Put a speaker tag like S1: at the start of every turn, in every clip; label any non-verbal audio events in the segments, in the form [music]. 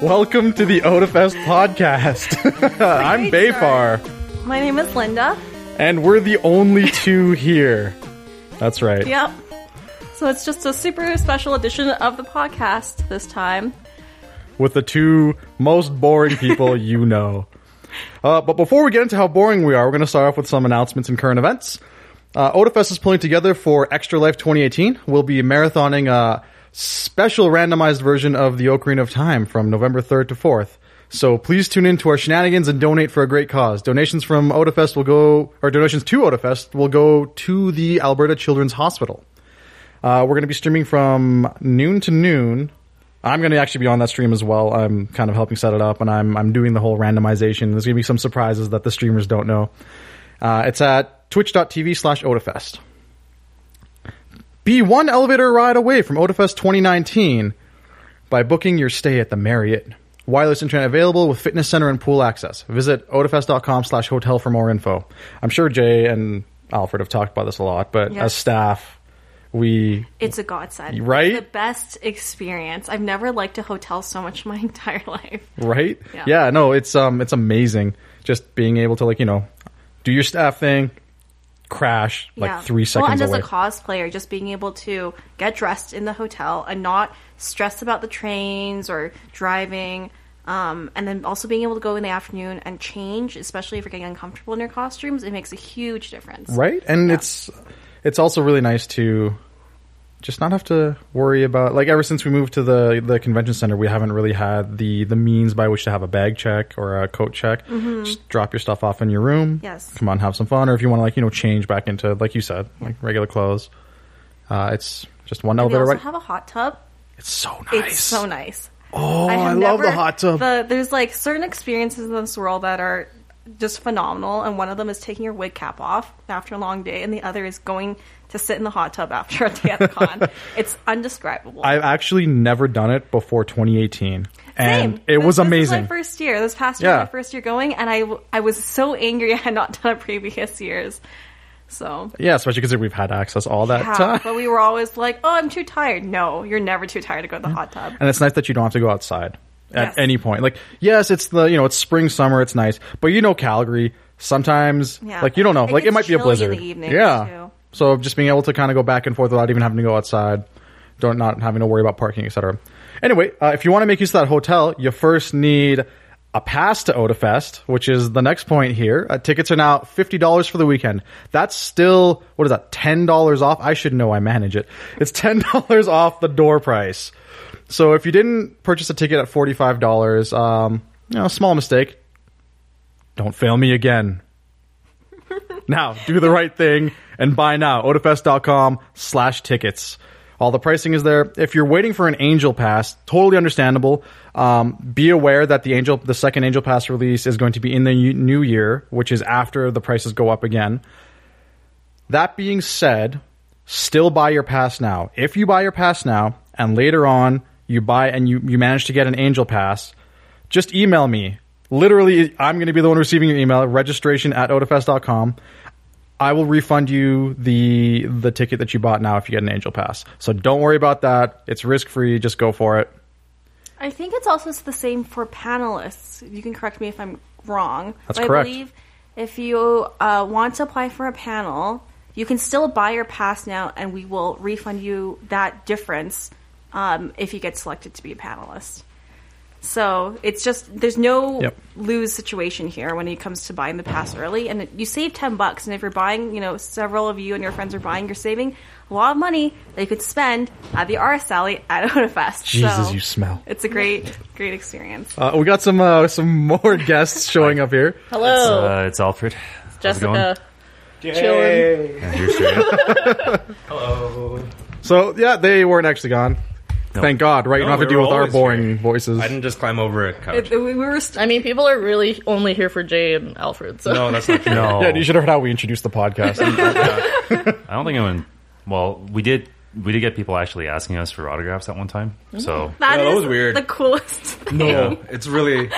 S1: Welcome to the OdaFest podcast. [laughs] I'm
S2: great
S1: Bayfar,
S2: My name is Linda.
S1: and we're the only two here. That's right.
S2: Yep. So it's just a super special edition of the podcast this time.
S1: With the two most boring people you know. Uh, but before we get into how boring we are, we're going to start off with some announcements and current events. Uh, OdaFest is pulling together for Extra Life 2018. We'll be marathoning a special randomized version of the Ocarina of Time from November 3rd to 4th. So please tune in to our shenanigans and donate for a great cause. Donations from OdaFest will go, or donations to OdaFest will go to the Alberta Children's Hospital. Uh, we're going to be streaming from noon to noon. I'm going to actually be on that stream as well. I'm kind of helping set it up, and I'm I'm doing the whole randomization. There's going to be some surprises that the streamers don't know. Uh, it's at twitch.tv slash odafest. Be one elevator ride away from Odafest 2019 by booking your stay at the Marriott. Wireless internet available with fitness center and pool access. Visit odafest.com slash hotel for more info. I'm sure Jay and Alfred have talked about this a lot, but
S2: Yes.
S1: as staff, we
S2: It's a godsend.
S1: Right?
S2: The best experience. I've never liked a hotel so much in my [laughs] entire life.
S1: right
S2: Yeah.
S1: no it's um it's amazing just being able to like you know do your staff thing crash like
S2: Yeah.
S1: three
S2: Well, and
S1: seconds
S2: as
S1: away
S2: a cosplayer, just being able to get dressed in the hotel and not stress about the trains or driving. Um, and then also being able to go in the afternoon and change, especially if you're getting uncomfortable in your costumes, it makes a huge difference.
S1: right and it's it's also really nice to just not have to worry about like ever since we moved to the the convention center we haven't really had the the means by which to have a bag check or a coat check just drop your stuff off in your room
S2: Mm-hmm. Yes.
S1: come on have some fun or if you want to like you know change back into like you said like regular clothes uh it's just one
S2: We
S1: elevator
S2: also
S1: right
S2: have a hot tub.
S1: it's so nice
S2: It's so nice.
S1: oh i,
S2: have
S1: love the
S2: never-
S1: hot tub
S2: the- there's like certain experiences in this world that are just phenomenal, and one of them is taking your wig cap off after a long day, and the other is going to sit in the hot tub after a day at
S1: [laughs]
S2: the con. it's undescribable.
S1: I've actually never done it before 2018, and
S2: Same.
S1: it
S2: This-
S1: was
S2: this is
S1: amazing.
S2: my first year. This past year,
S1: Yeah.
S2: was my first year going, and I w- I was so angry [laughs] I had not done it previous years. So
S1: yeah, especially because we've had access all that
S2: yeah,
S1: time, [laughs]
S2: but we were always like, "Oh, I'm too tired." No, you're never too tired to go to the hot tub.
S1: and it's nice that you don't have to go outside at
S2: Yes.
S1: any point. Like, yes, it's the you know it's spring, summer, it's nice, but you know Calgary sometimes
S2: Yeah.
S1: like you don't know
S2: It
S1: like it
S2: gets
S1: might be a
S2: chilly in
S1: blizzard.
S2: the evenings,
S1: yeah,
S2: too.
S1: so just being able to kind of go back and forth without even having to go outside, don't not having to worry about parking, etc. Anyway, uh, if you want to make use of that hotel, you first need. A pass to Odafest, which is the next point here. Uh, tickets are now fifty dollars for the weekend. That's still what is that? Ten dollars off. I should know. I manage it. It's [laughs] ten dollars off the door price. So if you didn't purchase a ticket at forty five dollars, um, you know, small mistake. Don't fail me again. now do the right thing and buy now. Odafest.com slash tickets. All the pricing is there. If you're waiting for an angel pass, totally understandable. Um, be aware that the angel, the second angel pass release is going to be in the new- new year, which is after the prices go up again. That being said, still buy your pass now. If you buy your pass now and later on you buy and you, you manage to get an angel pass, just email me. Literally, I'm going to be the one receiving your email, registration at odafest.com. I will refund you the the ticket that you bought now if you get an angel pass. So don't worry about that. It's risk free. Just go for it.
S2: I think it's also the same for panelists. You can correct me if I'm wrong.
S1: That's
S2: but
S1: correct.
S2: I believe if you uh, want to apply for a panel, you can still buy your pass now, and we will refund you that difference um, if you get selected to be a panelist. So it's just there's no
S1: Yep.
S2: lose situation here when it comes to buying the pass early, and you save ten bucks. And if you're buying, you know, several of you and your friends are buying, you're saving a lot of money that you could spend at the RS Alley E at [laughs] Odafest.
S1: Jesus,
S2: so
S1: you smell.
S2: It's a great, great experience.
S1: Uh, we got some uh, some [laughs] more guests showing up here.
S3: Hello,
S4: Uh, it's Alfred.
S3: Jessica.
S1: So yeah, they weren't actually gone. Thank God, right? You don't
S5: No,
S1: have to
S5: we
S1: deal
S5: were
S1: with our
S5: always
S1: boring voices.
S5: I didn't just climb over a couch.
S2: It- we were st-
S3: I mean, people are really only here for Jay and Alfred. So
S5: no, that's not true.
S4: No,
S1: Yeah, you should have heard how we introduced the podcast.
S4: I don't think anyone. Well, we did. We did get people actually asking us for autographs at one time. So
S5: Yeah, that
S2: is
S5: was weird.
S2: The coolest. [laughs] Thing.
S5: [laughs] No, it's really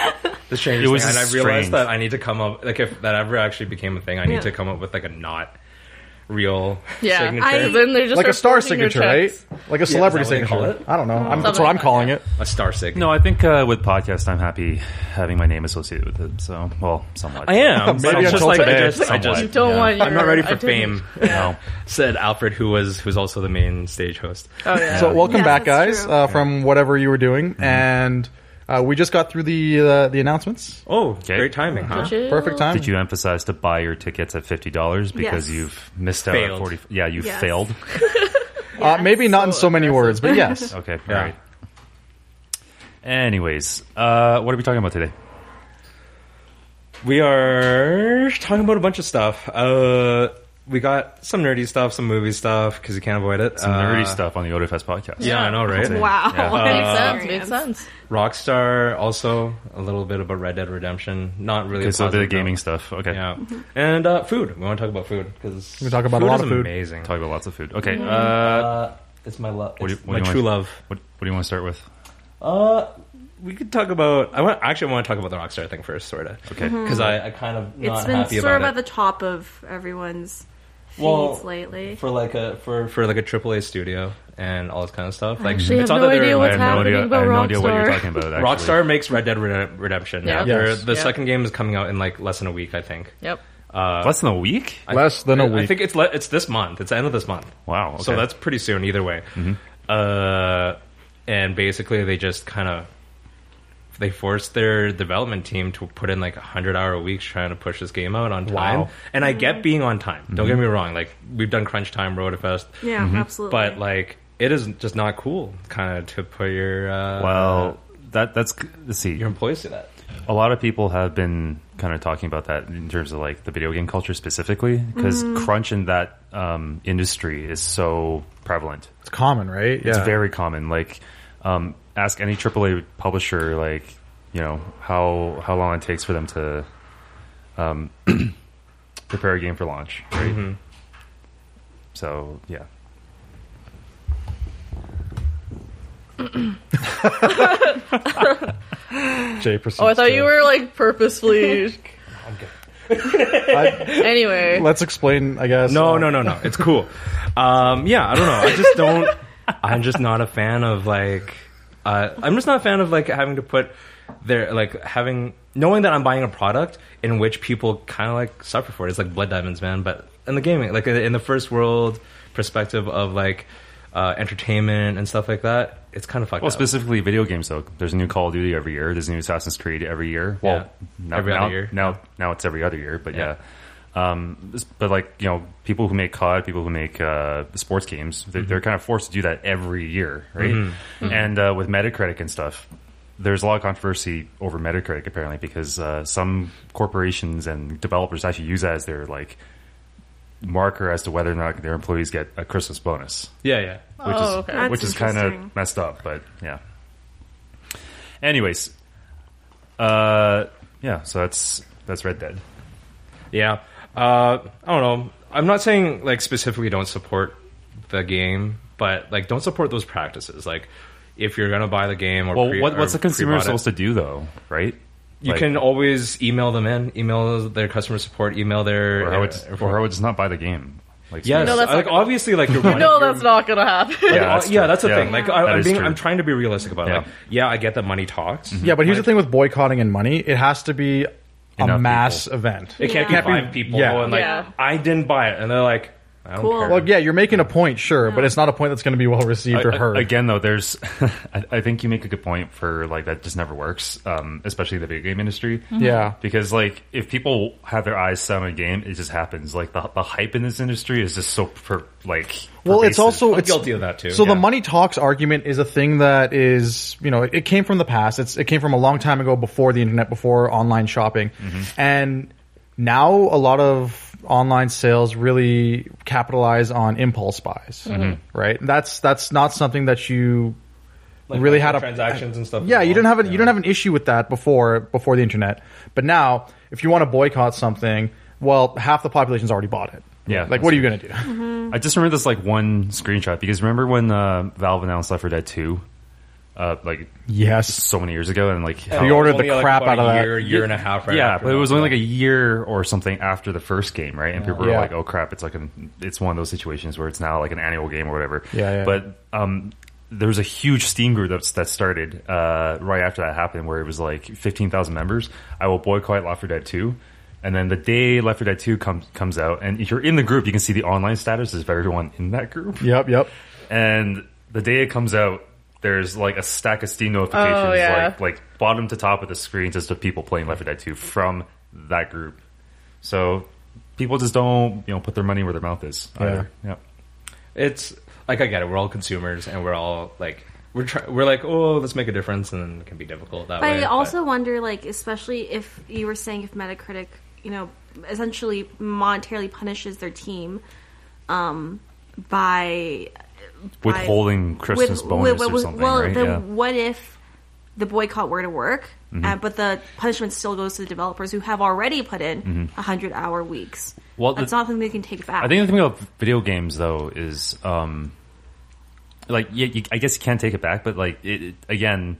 S5: the strangest
S4: It was
S5: thing. And I
S4: strange.
S5: realized that I need to come up like if that ever actually became a thing, I need
S2: Yeah.
S5: to come up with like a not real
S3: [laughs] Yeah.
S5: signature.
S2: I-
S3: Then they're just
S1: like a
S3: are
S1: star
S3: forging your
S1: signature,
S3: checks.
S1: right? Like a celebrity
S5: is that what they call
S1: signature.
S5: it?
S1: I don't know. I'm, that's
S3: Something
S1: what I'm
S3: like
S1: calling
S3: that.
S1: it.
S5: a star signature.
S4: No, I think uh, with podcasts, I'm happy having my name associated with it. So, well, somewhat.
S5: I am.
S1: Maybe
S5: [laughs] Maybe
S1: until
S5: just like
S1: today.
S5: I just, I
S4: Somewhat.
S5: just
S3: You don't
S4: Yeah.
S3: want. Your
S5: I'm not ready for
S3: identity-
S5: fame.
S4: No.
S5: Said Alfred, who was who's also the main stage host.
S3: Oh yeah.
S1: So welcome
S2: Yeah,
S1: back,
S2: that's
S1: guys,
S2: true.
S1: uh, from whatever you were doing, and uh, we just got through the uh, the announcements.
S5: Oh, great timing, huh?
S3: Chill.
S1: Perfect time.
S4: Did you emphasize to buy your tickets at fifty dollars because
S2: Yes.
S4: you've missed out
S5: Failed.
S4: at forty? Yeah, you
S2: Yes.
S4: failed.
S1: uh, maybe not in so many words, but
S3: [laughs]
S1: yes.
S4: Okay,
S5: Yeah.
S4: all right. Anyways, uh, what are we talking about today?
S5: We are talking about a bunch of stuff. Uh, we got some nerdy stuff, some movie stuff because you can't avoid it.
S4: Some nerdy
S5: Uh,
S4: stuff on the OdaFest podcast.
S5: Yeah, I know, right?
S2: Wow.
S4: Yeah.
S2: what an
S3: Makes sense. Makes
S2: experience.
S3: sense.
S5: Rockstar also a little bit about Red Dead Redemption. Not really.
S4: Okay, so the
S5: positive,
S4: gaming
S5: though.
S4: stuff. Okay.
S5: Yeah, and uh, food. We want to talk about food because
S1: We talk about a lot of food.
S5: Amazing.
S4: Talk about lots of food. Okay. Uh,
S5: Uh, it's my love.
S4: What do you-
S5: it's
S4: what do
S5: my
S4: you
S5: true
S4: want?
S5: love.
S4: what, what do you want to start with?
S5: Uh, we could talk about. I want actually I want to talk about the Rockstar thing first, sort of.
S4: Okay.
S5: Because I, I kind of not
S2: It's been
S5: happy
S2: sort of
S5: about
S2: at
S5: it.
S2: the top of everyone's feeds lately.
S5: for like a for for like a AAA studio and all this kind of stuff. Like
S3: actually
S5: it's
S3: have
S5: on
S3: no
S5: their-
S3: idea what's
S4: I have no
S3: happening
S4: idea.
S3: about
S4: I have no idea what you're
S3: Rockstar.
S4: talking about. Actually.
S5: Rockstar makes Red Dead Red- Redemption.
S3: Yeah.
S5: now. They're-
S1: Yes.
S5: The
S3: Yeah.
S5: second game is coming out in like less than a week, I think.
S3: Yep.
S5: Uh,
S4: Less than a week.
S1: Less than a
S5: I
S1: week.
S5: think it's le- it's this month. It's the end of this month.
S4: Wow.
S5: So
S4: okay.
S5: that's pretty soon, either way.
S1: Mm-hmm.
S5: Uh, and basically, they just kind of they forced their development team to put in like hundred hour weeks trying to push this game out on time.
S1: Wow. Mm-hmm.
S5: And I get being on time. Don't get me wrong. Like we've done crunch time, road fest,
S2: yeah, absolutely.
S5: but like it is just not cool, kind of to put your uh,
S4: well. That that's let's see.
S5: your employees to that.
S4: a lot of people have been kind of talking about that in terms of like the video game culture specifically because crunch in that um, industry is so prevalent
S1: it's common, right? Yeah.
S4: it's very common like um, ask any aaa publisher like you know how how long it takes for them to um, [clears throat] prepare a game for launch right so yeah
S1: Jay proceeds
S3: Oh, I thought
S1: to-
S3: you were like purposefully.
S1: [laughs] I-
S3: anyway.
S1: let's explain. I guess.
S5: No,
S1: Uh,
S5: no, no, no. It's cool. Um, yeah, I don't know. I just don't. I'm just not a fan of like. Uh, I'm just not a fan of like having to put their like having knowing that I'm buying a product in which people kind of like suffer for it. It's like blood diamonds, man. But in the gaming, like in the first world perspective of like uh, entertainment and stuff like that, it's kind of fucked
S4: well
S5: up.
S4: specifically video games though there's a new call of duty every year there's a new assassin's creed every year well
S5: Yeah.
S4: now,
S5: Every other
S4: now,
S5: year.
S4: now now it's every other year but
S5: Yeah.
S4: yeah, Um, this- but like you know people who make cod people who make uh, sports games
S5: Mm-hmm.
S4: they're, they're kind of forced to do that every year right and uh, with metacritic and stuff there's a lot of controversy over metacritic apparently because uh, some corporations and developers actually use that as their like marker as to whether or not their employees get a christmas bonus
S5: yeah, yeah.
S4: which
S3: Oh,
S4: is
S3: okay.
S2: That's
S4: Uh, which is kind
S2: interesting.
S4: of messed up, but yeah. Anyways, uh, yeah, so that's that's Red Dead.
S5: Yeah. Uh, I don't know. I'm not saying like specifically don't support the game, but like don't support those practices. Like if you're gonna buy the game or
S4: Well,
S5: pre-
S4: what, what's
S5: or
S4: the consumer
S5: pre-bought it,
S4: supposed to do though, right?
S5: You
S4: Like,
S5: can always email them in, email their customer support, email their.
S4: or how would or how would just not buy the game? Like,
S5: yes,
S3: No, that's not
S5: like
S3: gonna-
S5: obviously, like you're.
S3: [laughs] no, that's not gonna [laughs] happen.
S5: yeah, that's, yeah, that's the
S4: Yeah,
S5: thing. Like
S4: that
S5: I, I'm,
S4: is
S5: being,
S4: true.
S5: I'm trying to be realistic about it.
S4: Yeah. Mm-hmm.
S5: Like, yeah, I get that money talks.
S1: Yeah, but here's the thing with boycotting and money. It has to be a
S4: Enough
S1: mass event.
S5: It can't be
S2: Yeah.
S5: five people
S1: Yeah.
S5: and like
S3: Yeah.
S5: I didn't buy it, and they're like, I don't
S2: Cool.
S5: care.
S1: Well, yeah, you're making a point, sure, but it's not a point that's going to be well received or
S4: A- a-
S1: heard.
S4: Again, though, there's. [laughs] I, I think you make a good point for like that just never works, um, especially the video game industry.
S2: Mm-hmm.
S1: Yeah.
S4: because like if people have their eyes set on a game, it just happens. Like the, the hype in this industry is just so per, like.
S1: Well, it's
S4: pervasive.
S1: also
S5: I'm
S1: it's,
S5: guilty of that, too,
S1: So
S5: yeah.
S1: the money talks argument is a thing that is you know it came from the past. It's it came from a long time ago before the internet, before online shopping,
S5: Mm-hmm.
S1: and now a lot of online sales really capitalize on impulse buys.
S5: Mm-hmm.
S1: Right? That's that's not something that you
S5: Like,
S1: really had a
S5: transactions and stuff.
S1: Yeah, you
S5: involved.
S1: didn't have an, you don't have an issue with that before before the internet, but now if you want to boycott something, well, half the population's already bought it.
S4: Yeah,
S1: like what are you going to do?
S4: I just remember this like one screenshot because remember when uh, Valve announced Left 4 Dead 2? uh, like
S1: Yes.
S4: so many years ago, and like how-
S1: We ordered
S5: Only,
S1: the
S5: like,
S1: crap out
S5: about
S1: of
S5: a
S1: that.
S5: year, year and a half. Right
S4: yeah,
S5: after
S4: but it
S5: that.
S4: was only like a year or something after the first game, right? And people were
S1: Yeah.
S4: like, "Oh crap!" It's like an, it's one of those situations where it's now like an annual game or whatever.
S1: Yeah, yeah.
S4: But um, there was a huge Steam group that's, that started uh, right after that happened, where it was like fifteen thousand members. I will boycott Left 4 Dead Two, and then the day Left 4 Dead Two comes comes out, and if you're in the group, you can see the online status of everyone in that
S1: [laughs]
S4: group.
S1: Yep. Yep.
S4: And the day it comes out, there's like a stack of Steam notifications,
S3: Oh, yeah.
S4: like like bottom to top of the screens, just of people playing Left 4 Dead 2 from that group. So people just don't you know put their money where their mouth is. Either. Yeah.
S5: it's like I get it. We're all consumers, and we're all like we're try- we're like oh let's make a difference, and then it can be difficult that
S2: But
S5: way.
S2: I also wonder, like, especially if you were saying if Metacritic, you know, essentially monetarily punishes their team um, by
S4: Withholding Christmas
S2: with-
S4: bonus
S2: with-
S4: or
S2: with-
S4: something,
S2: Well,
S4: right?
S2: then
S4: yeah. Mm-hmm.
S2: what if the boycott were to work, uh, but the punishment still goes to the developers who have already put in 100 hour weeks?
S4: Well,
S2: that's
S4: the-
S2: not something they can take back.
S4: Mm-hmm. I think the thing about video games though is um, like yeah, you, I guess you can't take it back, but like it, it- again,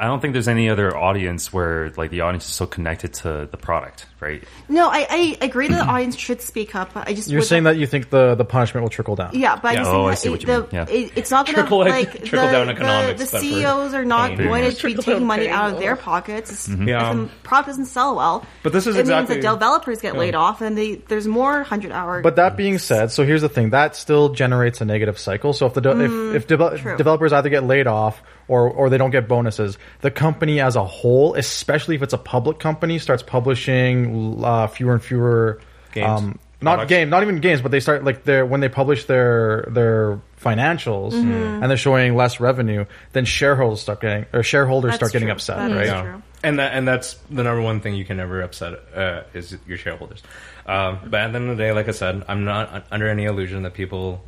S4: I don't think there's any other audience where like the audience is so connected to the product, right?
S2: no, I, I agree that
S4: Mm-hmm.
S2: the audience should speak up. but I just
S1: You're
S2: would
S1: saying
S2: like-
S1: that you think the the punishment will trickle down.
S2: Yeah, but
S5: Yeah.
S2: I just
S4: Oh, I
S2: think
S4: see
S2: that
S4: what
S2: it-
S4: you
S2: the,
S4: mean. Yeah.
S2: it- it's not going to
S5: Trickle-
S2: like
S5: trickle
S2: the,
S5: down
S2: the-
S5: economics,
S2: The,
S5: that's for
S2: CEOs are not
S5: pain.
S2: going to be
S3: Trickle
S2: taking
S3: down
S2: money
S3: pain,
S2: out of their
S3: yeah.
S2: pockets. It's-
S4: Mm-hmm.
S5: Yeah.
S2: If the product doesn't sell well,
S5: But this is
S2: it
S5: exactly-
S2: means that developers get laid off, and they, there's more hundred hour.
S1: But that being said, so here's the thing: that still generates a negative cycle. So if the de- if, if devel-
S2: Mm, true.
S1: developers either get laid off or or they don't get bonuses, the company as a whole, especially if it's a public company, starts publishing uh, fewer and fewer um,
S5: Games.
S1: not
S5: Products.
S1: game, not even games, but they start like their when they publish their their financials
S2: Mm-hmm.
S1: and they're showing less revenue, then shareholders start getting or shareholders
S2: Mm, That's
S1: start getting
S2: true.
S1: upset,
S2: That is
S1: right?
S2: true.
S5: And that and that's the number one thing you can never upset uh, is your shareholders. Um, but at the end of the day, like I said, I'm not un- under any illusion that people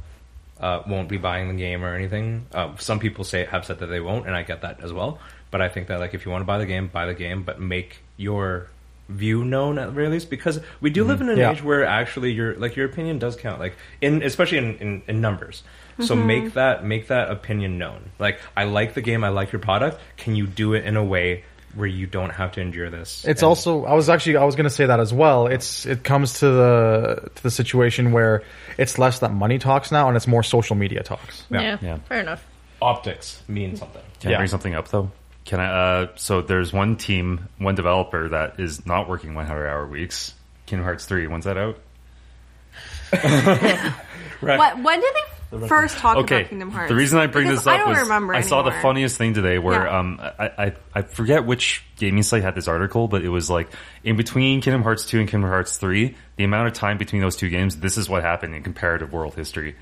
S5: uh, won't be buying the game or anything. Uh, some people say have said that they won't, and I get that as well. But I think that like if you want to buy the game, buy the game, but make your view known at the very least because we do live in an
S1: Yeah.
S5: age where actually your like your opinion does count like in especially in, in, in numbers so
S2: Mm-hmm.
S5: make that make that opinion known like i like the game i like your product can you do it in a way where you don't have to endure this
S1: It's
S5: And-
S1: also I was actually I was going to say that as well. It's it comes to the to the situation where it's less that money talks now and it's more social media talks.
S5: Yeah.
S3: Yeah.
S4: Yeah.
S3: Fair enough.
S5: optics mean something
S4: Can
S1: Yeah.
S4: I bring something up though? Can I? Uh, so there's one team, one developer that is not working 100 hour weeks. Kingdom Hearts 3. When's that out?
S2: What, when did they first talk
S4: Okay.
S2: about Kingdom Hearts?
S4: The reason I bring
S2: Because
S4: this up
S2: I don't
S4: is
S2: remember.
S4: I saw the
S2: anymore.
S4: funniest thing today where
S2: Yeah.
S4: um I, I I forget which gaming site had this article, but it was like in between Kingdom Hearts 2 and Kingdom Hearts 3, the amount of time between those two games. This is what happened in comparative world history.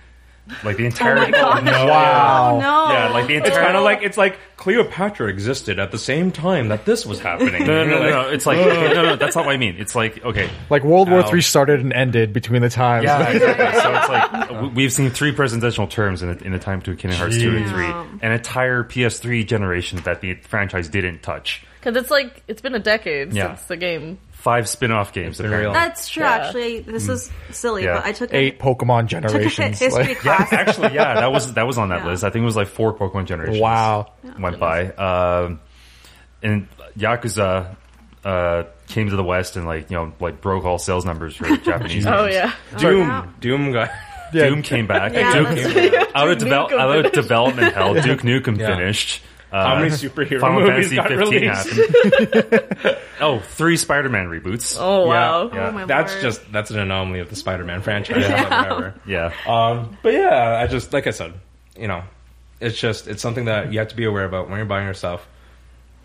S4: Like
S2: [laughs]
S4: the entire
S1: Wow.
S2: Oh no!
S4: Yeah, like the entire
S5: it's kind of like it's like cleopatra existed at the same time that this was
S4: [laughs] [laughs]
S5: happening
S4: no, no, no, no,
S5: You're like,
S4: no. It's like okay, no, no. That's not what I mean. It's like okay,
S1: Like World War
S5: Ow.
S1: Three started and ended between the times. [laughs]
S4: Yeah, exactly. so it's like w- we've seen three presidential terms in the, in the time between Kingdom Hearts two and
S2: Jeez.
S4: three,
S2: Wow.
S4: an entire PS3 generation that the franchise didn't touch.
S3: Because it's like it's been a decade
S4: Yeah.
S3: since the game.
S4: Five spin-off games.
S5: been
S2: [laughs]
S4: Apparently.
S5: real.
S2: that's true.
S3: Yeah.
S2: Actually, this is silly,
S4: Mm. Yeah.
S2: but I took
S1: Eight Pokemon
S2: a, took a
S1: generations.
S2: [laughs] history
S1: Like,
S2: class.
S4: Actually, yeah, that was that was on that
S2: Yeah.
S4: list. I think it was like four Pokemon generations.
S1: wow.
S4: went by. Um, and Yakuza uh, came to the West and like you know like broke all sales numbers for Japanese.
S3: Oh
S4: games.
S3: yeah.
S5: doom
S2: wow.
S5: doom guy
S1: Yeah.
S4: Doom came back.
S2: Yeah,
S4: Doom
S2: that's-
S4: came back. out of
S3: Duke
S4: devel-
S3: Nukem
S4: out of development hell. Duke Nukem
S5: Yeah.
S4: finished.
S5: how
S4: Uh,
S5: many superhero
S4: Final
S5: movies
S4: Fantasy
S5: got
S4: 15
S5: released
S4: happened. oh, three Spider-Man reboots.
S3: Oh wow.
S4: yeah.
S2: Oh my
S5: that's
S2: word.
S5: just that's an anomaly of the
S2: [laughs]
S5: Spider-Man franchise. Whatever.
S4: Yeah.
S5: Um, but yeah, I just like I said, you know, it's just it's something that you have to be aware about when you're buying yourself.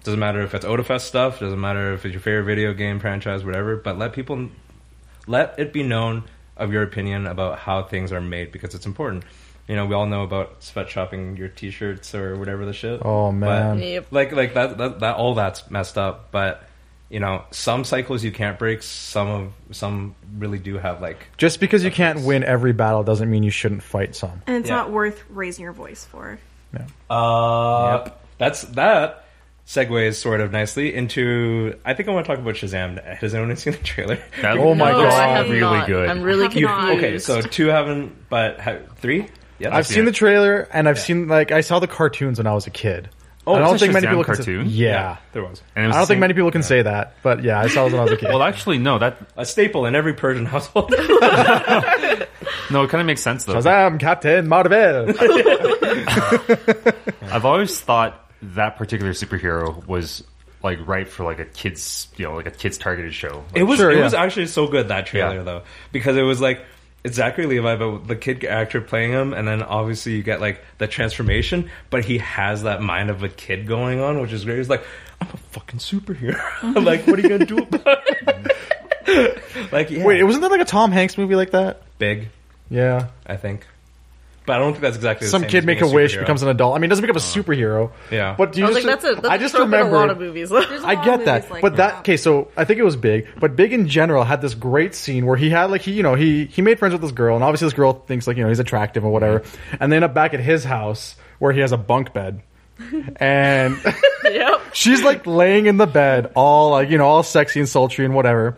S5: Doesn't matter if it's Odafest stuff. Doesn't matter if it's your favorite video game franchise, whatever. But let people let it be known of your opinion about how things are made because it's important. You know, we all know about sweatshopping your T-shirts or whatever the shit.
S1: Oh, man.
S5: But,
S3: Yep.
S5: like like that, that that all that's messed up. But you know, some cycles you can't break. Some of some really do have like
S1: Just because you can't win every battle doesn't mean you shouldn't fight some.
S2: and
S4: [laughs]
S2: it's
S5: Yeah.
S2: not worth raising your voice for.
S5: Uh, That's that segues sort of nicely into. I think I want to talk about Shazam. now. Has anyone [laughs] seen the trailer?
S4: That
S1: Oh my
S3: no,
S1: God.
S3: I have
S4: really
S3: not.
S4: good.
S3: I'm really
S2: Have not.
S3: confused.
S5: okay, so two haven't, but ha- three. Yeah,
S1: I've seen
S4: it.
S1: the trailer and I've seen like I saw the cartoons when I was a kid.
S5: Oh,
S1: I
S5: it's
S1: don't
S5: a
S1: think many
S4: Shazam
S1: people can say-
S4: cartoon?
S1: yeah.
S5: there was
S4: And it was
S1: I don't think
S4: the same-
S1: many people can say that, but yeah, I saw it when I was
S4: [laughs]
S1: a kid.
S4: Well, actually, no. That
S5: a staple in every Persian [laughs] household.
S4: no, it kind of makes sense though.
S1: Shazam, Captain Marvel.
S4: I've always thought that particular superhero was like right for like a kids, you know, like a kids targeted show. Like,
S5: It was
S1: Sure,
S5: it
S1: yeah.
S5: was actually so good that trailer
S4: Yeah.
S5: though because it was like it's Zachary Levi but the kid actor playing him and then obviously you get like the transformation but he has that mind of a kid going on which is great. He's like I'm a fucking superhero. [laughs] I'm like what are you gonna do about
S1: [laughs]
S5: it? like yeah,
S1: Wait, wasn't there like a Tom Hanks movie like that?
S5: big
S1: Yeah,
S5: I think, but I don't think that's exactly the
S1: some
S5: same
S1: kid
S5: as
S1: make a
S5: being
S1: wish
S5: superhero. Uh-huh.
S1: becomes an adult. I mean, it doesn't become a superhero.
S5: Yeah.
S1: but do
S3: I
S1: you
S3: was like,
S1: just,
S3: that's a that's
S1: I
S3: a
S1: just
S3: trope in
S1: remember
S3: a lot of
S1: [laughs]
S3: movies. [laughs]
S2: There's a
S1: I
S2: lot of
S1: get that,
S2: movies like
S1: but that
S2: that.
S1: okay. So I think it was Big, but Big in general had this great scene where he had like he you know he he made friends with this girl, and obviously this girl thinks like you know he's attractive or whatever, and they end up back at his house where he has a bunk bed, and
S3: yep.
S1: she's like laying in the bed, all like you know all sexy and sultry and whatever,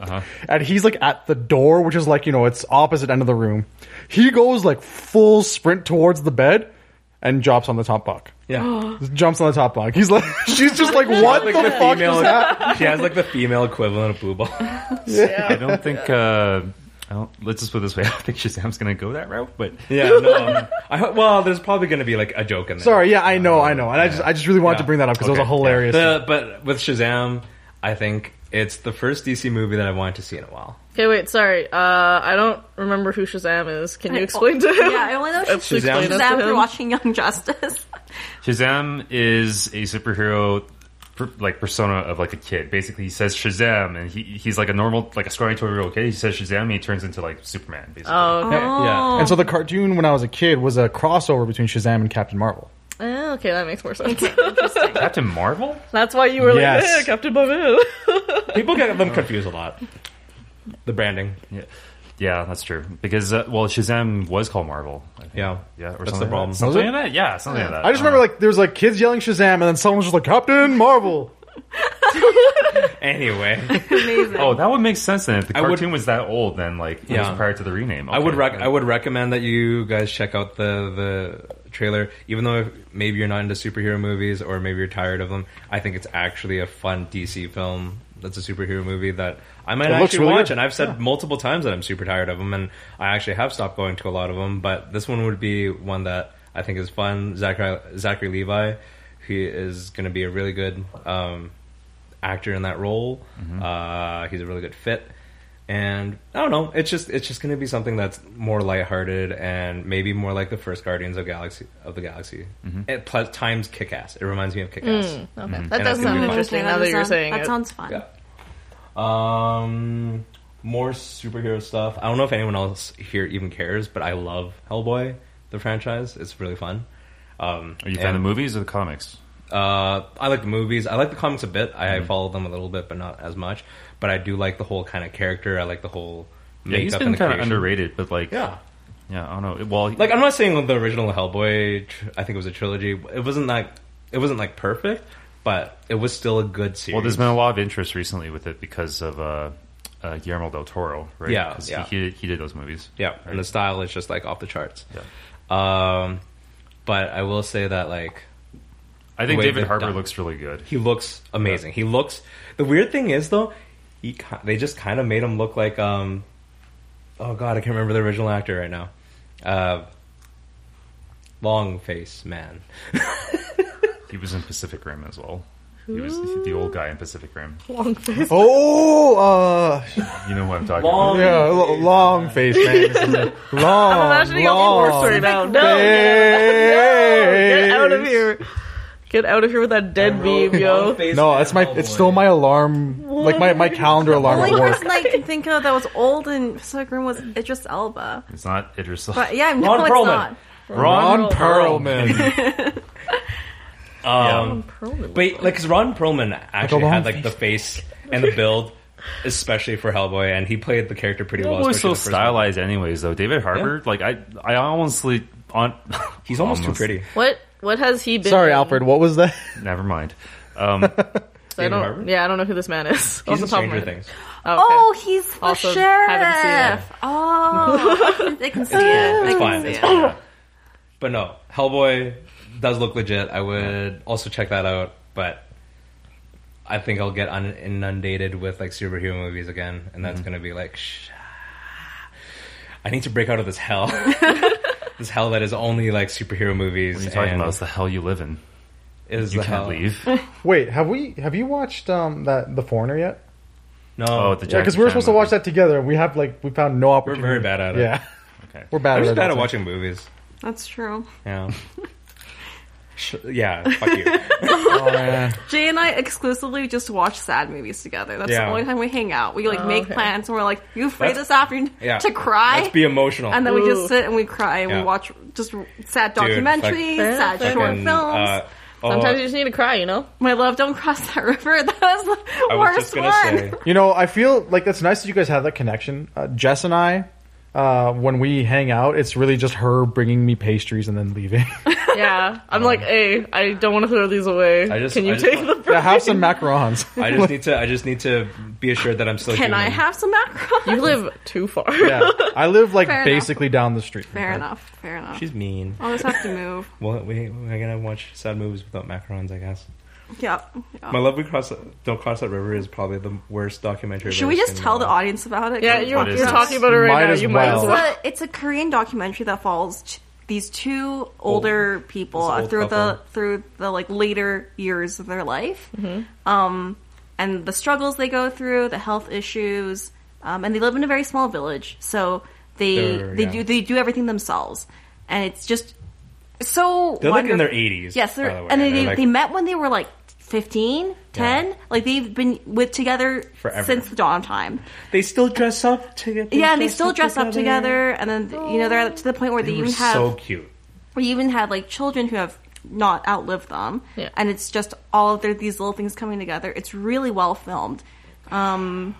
S1: and he's like at the door, which is like you know it's opposite end of the room. He goes like full sprint towards the bed and drops on the top bunk.
S4: Oh.
S5: yeah.
S1: Just Jumps on the top bunk. He's like, [laughs] she's just like, what
S5: Like
S1: the,
S5: the
S1: fuck
S5: female-
S1: is that?
S5: she has like the female equivalent of blue ball.
S4: [laughs] I don't think. Uh, I don't, let's just put it this way. [laughs] I don't think Shazam's going to go that route, but
S5: Yeah, no. I, ho- well, there's probably going to be like a joke in there.
S1: Sorry, yeah, I know, I know, and I just, I just really wanted to bring that up because it was a hilarious.
S5: The- but with Shazam, I think it's the first DC movie that I wanted to see in a while.
S3: Okay, wait, sorry. Uh, I don't remember who Shazam is. Can you explain to him?
S2: Yeah, I only know
S3: Actually
S5: Shazam.
S3: explain that
S2: Shazam
S3: to
S2: for
S3: him.
S2: watching Young Justice. [laughs]
S4: Shazam is a superhero per, like persona of like a kid. Basically, he says Shazam, and he he's like a normal like a scrawny twelve year old kid. He says Shazam, and he turns into like Superman. Basically,
S3: Oh, okay.
S5: Yeah.
S1: And so the cartoon when I was a kid was a crossover between Shazam and Captain Marvel.
S3: Ah, okay, that makes more sense.
S4: Captain Marvel.
S3: [laughs] That's why you were
S1: Yes.
S3: like, eh, Captain [laughs] Marvel.
S5: People get them confused a lot. The branding.
S4: Yeah, yeah, that's true. Because uh, well, Shazam was called Marvel. I think.
S5: Yeah.
S4: yeah, or
S5: That's
S4: something
S5: the problem.
S4: Like that.
S5: Was
S4: Something
S1: it?
S4: like that. Yeah, something like that.
S1: I just remember like there was like kids yelling Shazam, and then someone was just like Captain
S3: [laughs]
S1: Marvel.
S5: Anyway,
S2: Amazing.
S4: Oh, that would make sense then. If the
S5: I would-
S4: cartoon was that old, then like it
S5: Yeah.
S4: was prior to the rename.
S5: I would
S4: Okay.
S5: rec- I would recommend that you guys check out the the trailer, even though maybe you're not into superhero movies or maybe you're tired of them. I think it's actually a fun DC film. That's a superhero movie that I might
S1: It looks
S5: actually
S1: really
S5: watch,
S1: good.
S5: and I've said multiple times that I'm super tired of them, and I actually have stopped going to a lot of them. But this one would be one that I think is fun. Zachary Zachary Levi, he is going to be a really good um, actor in that role. Uh, he's a really good fit, and I don't know. It's just it's just going to be something that's more lighthearted and maybe more like the first Guardians of Galaxy of the Galaxy. It plus times kick ass. It reminds me of kick ass.
S3: Okay, that
S5: that's
S3: does
S5: gonna
S3: sound
S5: be fun.
S3: interesting
S2: Okay,
S3: now that
S2: does
S3: you're
S2: sound-
S3: saying
S2: that
S3: it.
S2: sounds fun.
S5: Yeah. Um, more superhero stuff. I don't know if anyone else here even cares, but I love Hellboy, the franchise. It's really fun. Um,
S4: Are you a fan of the
S5: and,
S4: movies or the comics?
S5: Uh, I like the movies. I like the comics a bit. I
S4: Mm-hmm.
S5: follow them a little bit, but not as much. But I do like the whole kind of character. I like the whole
S4: Yeah,
S5: makeup
S4: he's
S5: and
S4: been
S5: the
S4: kind of
S5: creation.
S4: underrated, but like,
S5: Yeah.
S4: yeah, I don't know. Well,
S5: Like I'm not saying the original Hellboy. tr- I think it was a trilogy. It wasn't like it wasn't like perfect, but it was still a good series.
S4: well, there's been a lot of interest recently with it because of uh, uh, Guillermo del Toro, right?
S5: Yeah,
S4: 'Cause
S5: yeah.
S4: He, he he did those movies.
S5: Yeah,
S4: right?
S5: and the style is just like off the charts.
S4: Yeah.
S5: Um, but I will say that like
S4: I think
S5: way
S4: David
S5: they've
S4: Harbour
S5: done-
S4: looks really good.
S5: he looks amazing. He looks. The weird thing is though, he ki- they just kind of made him look like um, oh god, I can't remember the original actor right now. Uh, long face man.
S4: He was in Pacific Rim as well. He was the old guy in Pacific Rim.
S3: Long [laughs] face.
S1: Oh, uh,
S4: You know who I'm talking
S5: Long-
S4: about.
S1: yeah, l- long face man. This is a Long,
S3: [laughs]
S5: Oh,
S3: I'm imagining a
S1: long
S3: horse [laughs] right now. No,
S1: face.
S3: get out of here. Get out of here with that dead beam, yo.
S1: No, it's my, it's still my alarm, like my, my calendar alarm
S2: The
S1: at
S2: only
S1: work.
S2: person I can think of that was old in Pacific Rim was Idris Elba.
S4: It's not Idris.
S2: But yeah, no,
S5: Ron
S2: it's
S5: Perlman.
S2: not.
S1: Ron Perlman.
S5: Um,
S3: Perlman.
S5: But like, because Ron Perlman actually
S1: long
S5: had like the face and the build, especially for Hellboy, and he played the character pretty well.
S4: Hellboy's so
S5: especially the first one.
S4: stylized, anyways. Though David Harbour, like I, I honestly on. [laughs]
S5: He's almost, too pretty.
S3: what what has he been?
S1: Sorry,
S3: in?
S1: Alfred, what was that? [laughs]
S4: Never mind. Um,
S3: I
S5: David
S3: don't.
S5: Harbour?
S3: Yeah, I don't know who this man
S5: He's
S3: is. off
S5: in
S3: the top of my
S5: Stranger
S3: head.
S5: Things.
S3: Oh,
S2: Oh,
S3: okay.
S2: he's the
S3: Also,
S2: sheriff.
S3: haven't seen it.
S2: Oh, I can see it. I
S5: It's
S2: can
S5: fine.
S2: see
S5: It's
S2: it.
S5: fine. [laughs] But no, Hellboy does look legit. I would also check that out, but I think I'll get un- inundated with like superhero movies again, and
S4: Mm-hmm.
S5: that's gonna be like, Shh. I need to break out of
S2: [laughs]
S5: this hell, this hell that is only like superhero movies.
S4: What are you talking
S5: and
S4: about? It's the hell you live in.
S5: Is
S4: You
S5: the
S4: can't
S5: hell.
S4: leave.
S1: Wait, have we have you watched um that The Foreigner yet?
S5: No,
S4: Oh, the
S1: Yeah, because we were supposed to watch that together. We have like we found no
S5: we're
S1: opportunity.
S5: very bad at it.
S1: Yeah,
S5: [laughs]
S4: Okay.
S1: we're bad.
S5: I'm
S1: at
S5: just
S1: it.
S5: bad at watching movies.
S2: That's true.
S4: [laughs]
S5: Yeah. Sh- yeah, fuck
S2: [laughs]
S5: you.
S1: [laughs] Oh, man.
S2: Jay and I exclusively just watch sad movies together. That's
S5: Yeah.
S2: the only time we hang out. We like
S3: Oh,
S2: make
S3: okay.
S2: plans and we're like, "You free
S5: Let's-
S2: this afternoon [laughs]
S5: Yeah.
S2: to cry?"
S5: Let's be emotional.
S2: and then we
S3: Ooh.
S2: just sit and we cry and
S5: Yeah.
S2: we watch just sad
S5: Dude,
S2: documentaries,
S3: fuck-
S2: sad
S3: fucking,
S2: short
S5: Fucking,
S2: films.
S5: uh, oh,
S3: Sometimes you just need to cry, you [laughs] know?
S2: My love, don't cross that [laughs] river. That was the
S5: I was
S2: worst
S5: just gonna
S2: one.
S5: say.
S1: You know, I feel like it's nice that you guys have that connection. Uh, Jess and I, uh, when we hang out, it's really just her bringing me pastries and then leaving. [laughs]
S3: Yeah. I'm like, hey, I don't want to throw these away.
S5: Oh. I just-
S3: Can you
S5: I just
S3: take
S5: want-
S3: the
S1: yeah, have some [laughs] macarons.
S5: I just need to. I just need to be assured that I'm still.
S2: Can
S5: human.
S2: I have some macarons?
S3: You live too far.
S1: yeah, I live like
S2: Fair enough.
S1: basically down the street.
S2: [laughs] Fair enough. Fair enough.
S5: She's mean.
S2: I'll just have to move.
S5: Well, we we're gonna watch sad movies without macarons, I guess.
S2: Yeah. yeah.
S5: My love, we cross don't cross that river is probably the worst documentary. I've
S2: Should we
S5: ever
S2: just
S5: seen.
S2: tell the audience about it?
S3: Yeah, you're,
S4: What is
S3: you're
S4: this?
S3: talking about it right
S1: Might
S3: now.
S1: as
S3: You might as
S1: well.
S3: well.
S2: It's a, it's a Korean documentary that follows t- these two older people
S5: this
S2: uh,
S5: old
S2: through the
S5: couple.
S2: through the like later years of their life, um, and the struggles they go through, the health issues, um, and they live in a very small village, so they
S5: They're-
S2: they
S5: yeah.
S2: do they do everything themselves, and it's just so
S5: They're like in their
S2: wonderful.
S5: 80s.
S2: Yes,
S5: by
S2: they're,
S5: the way.
S2: and they,
S5: They're,
S2: they,
S5: like,
S2: they met when they were like 15, 10.
S5: Yeah.
S2: Like they've been with together
S5: Forever.
S2: since the dawn of time.
S5: they still dress up together.
S2: Yeah, and they still dress up together, and then you know they're to the point where they,
S5: They were
S2: even have
S5: so cute.
S2: where you even have like children who have not outlived them,
S3: Yeah.
S2: and it's just all of their, these little things coming together. It's really well filmed, um,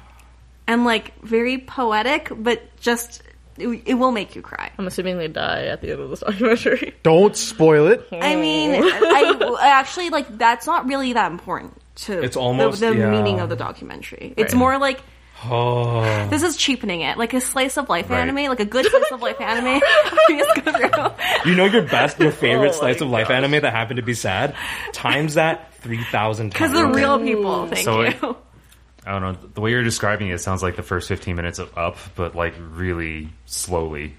S2: and like very poetic, but just it, it will make you cry.
S3: I'm assuming they die at the end of this documentary.
S1: Don't spoil it.
S2: I mean, I, I actually like that's not really that important to
S5: It's almost-
S2: the, the
S5: yeah.
S2: meaning of the documentary. It's
S3: Right.
S2: more like
S5: Oh,
S2: this is cheapening it, like a slice of life
S4: Right.
S2: anime, like a good slice of life anime. [laughs] We just go through.
S5: you know your
S2: [laughs]
S5: best, your favorite
S3: Oh
S5: slice
S3: my
S5: of life
S3: gosh.
S5: anime that happened to be sad. Times that three
S2: [laughs]
S5: thousand
S2: Because
S5: times.
S2: they're real people. Thank
S4: So
S2: you.
S4: it- I don't know. The way you're describing it sounds like the first 15 minutes of Up, but like really slowly.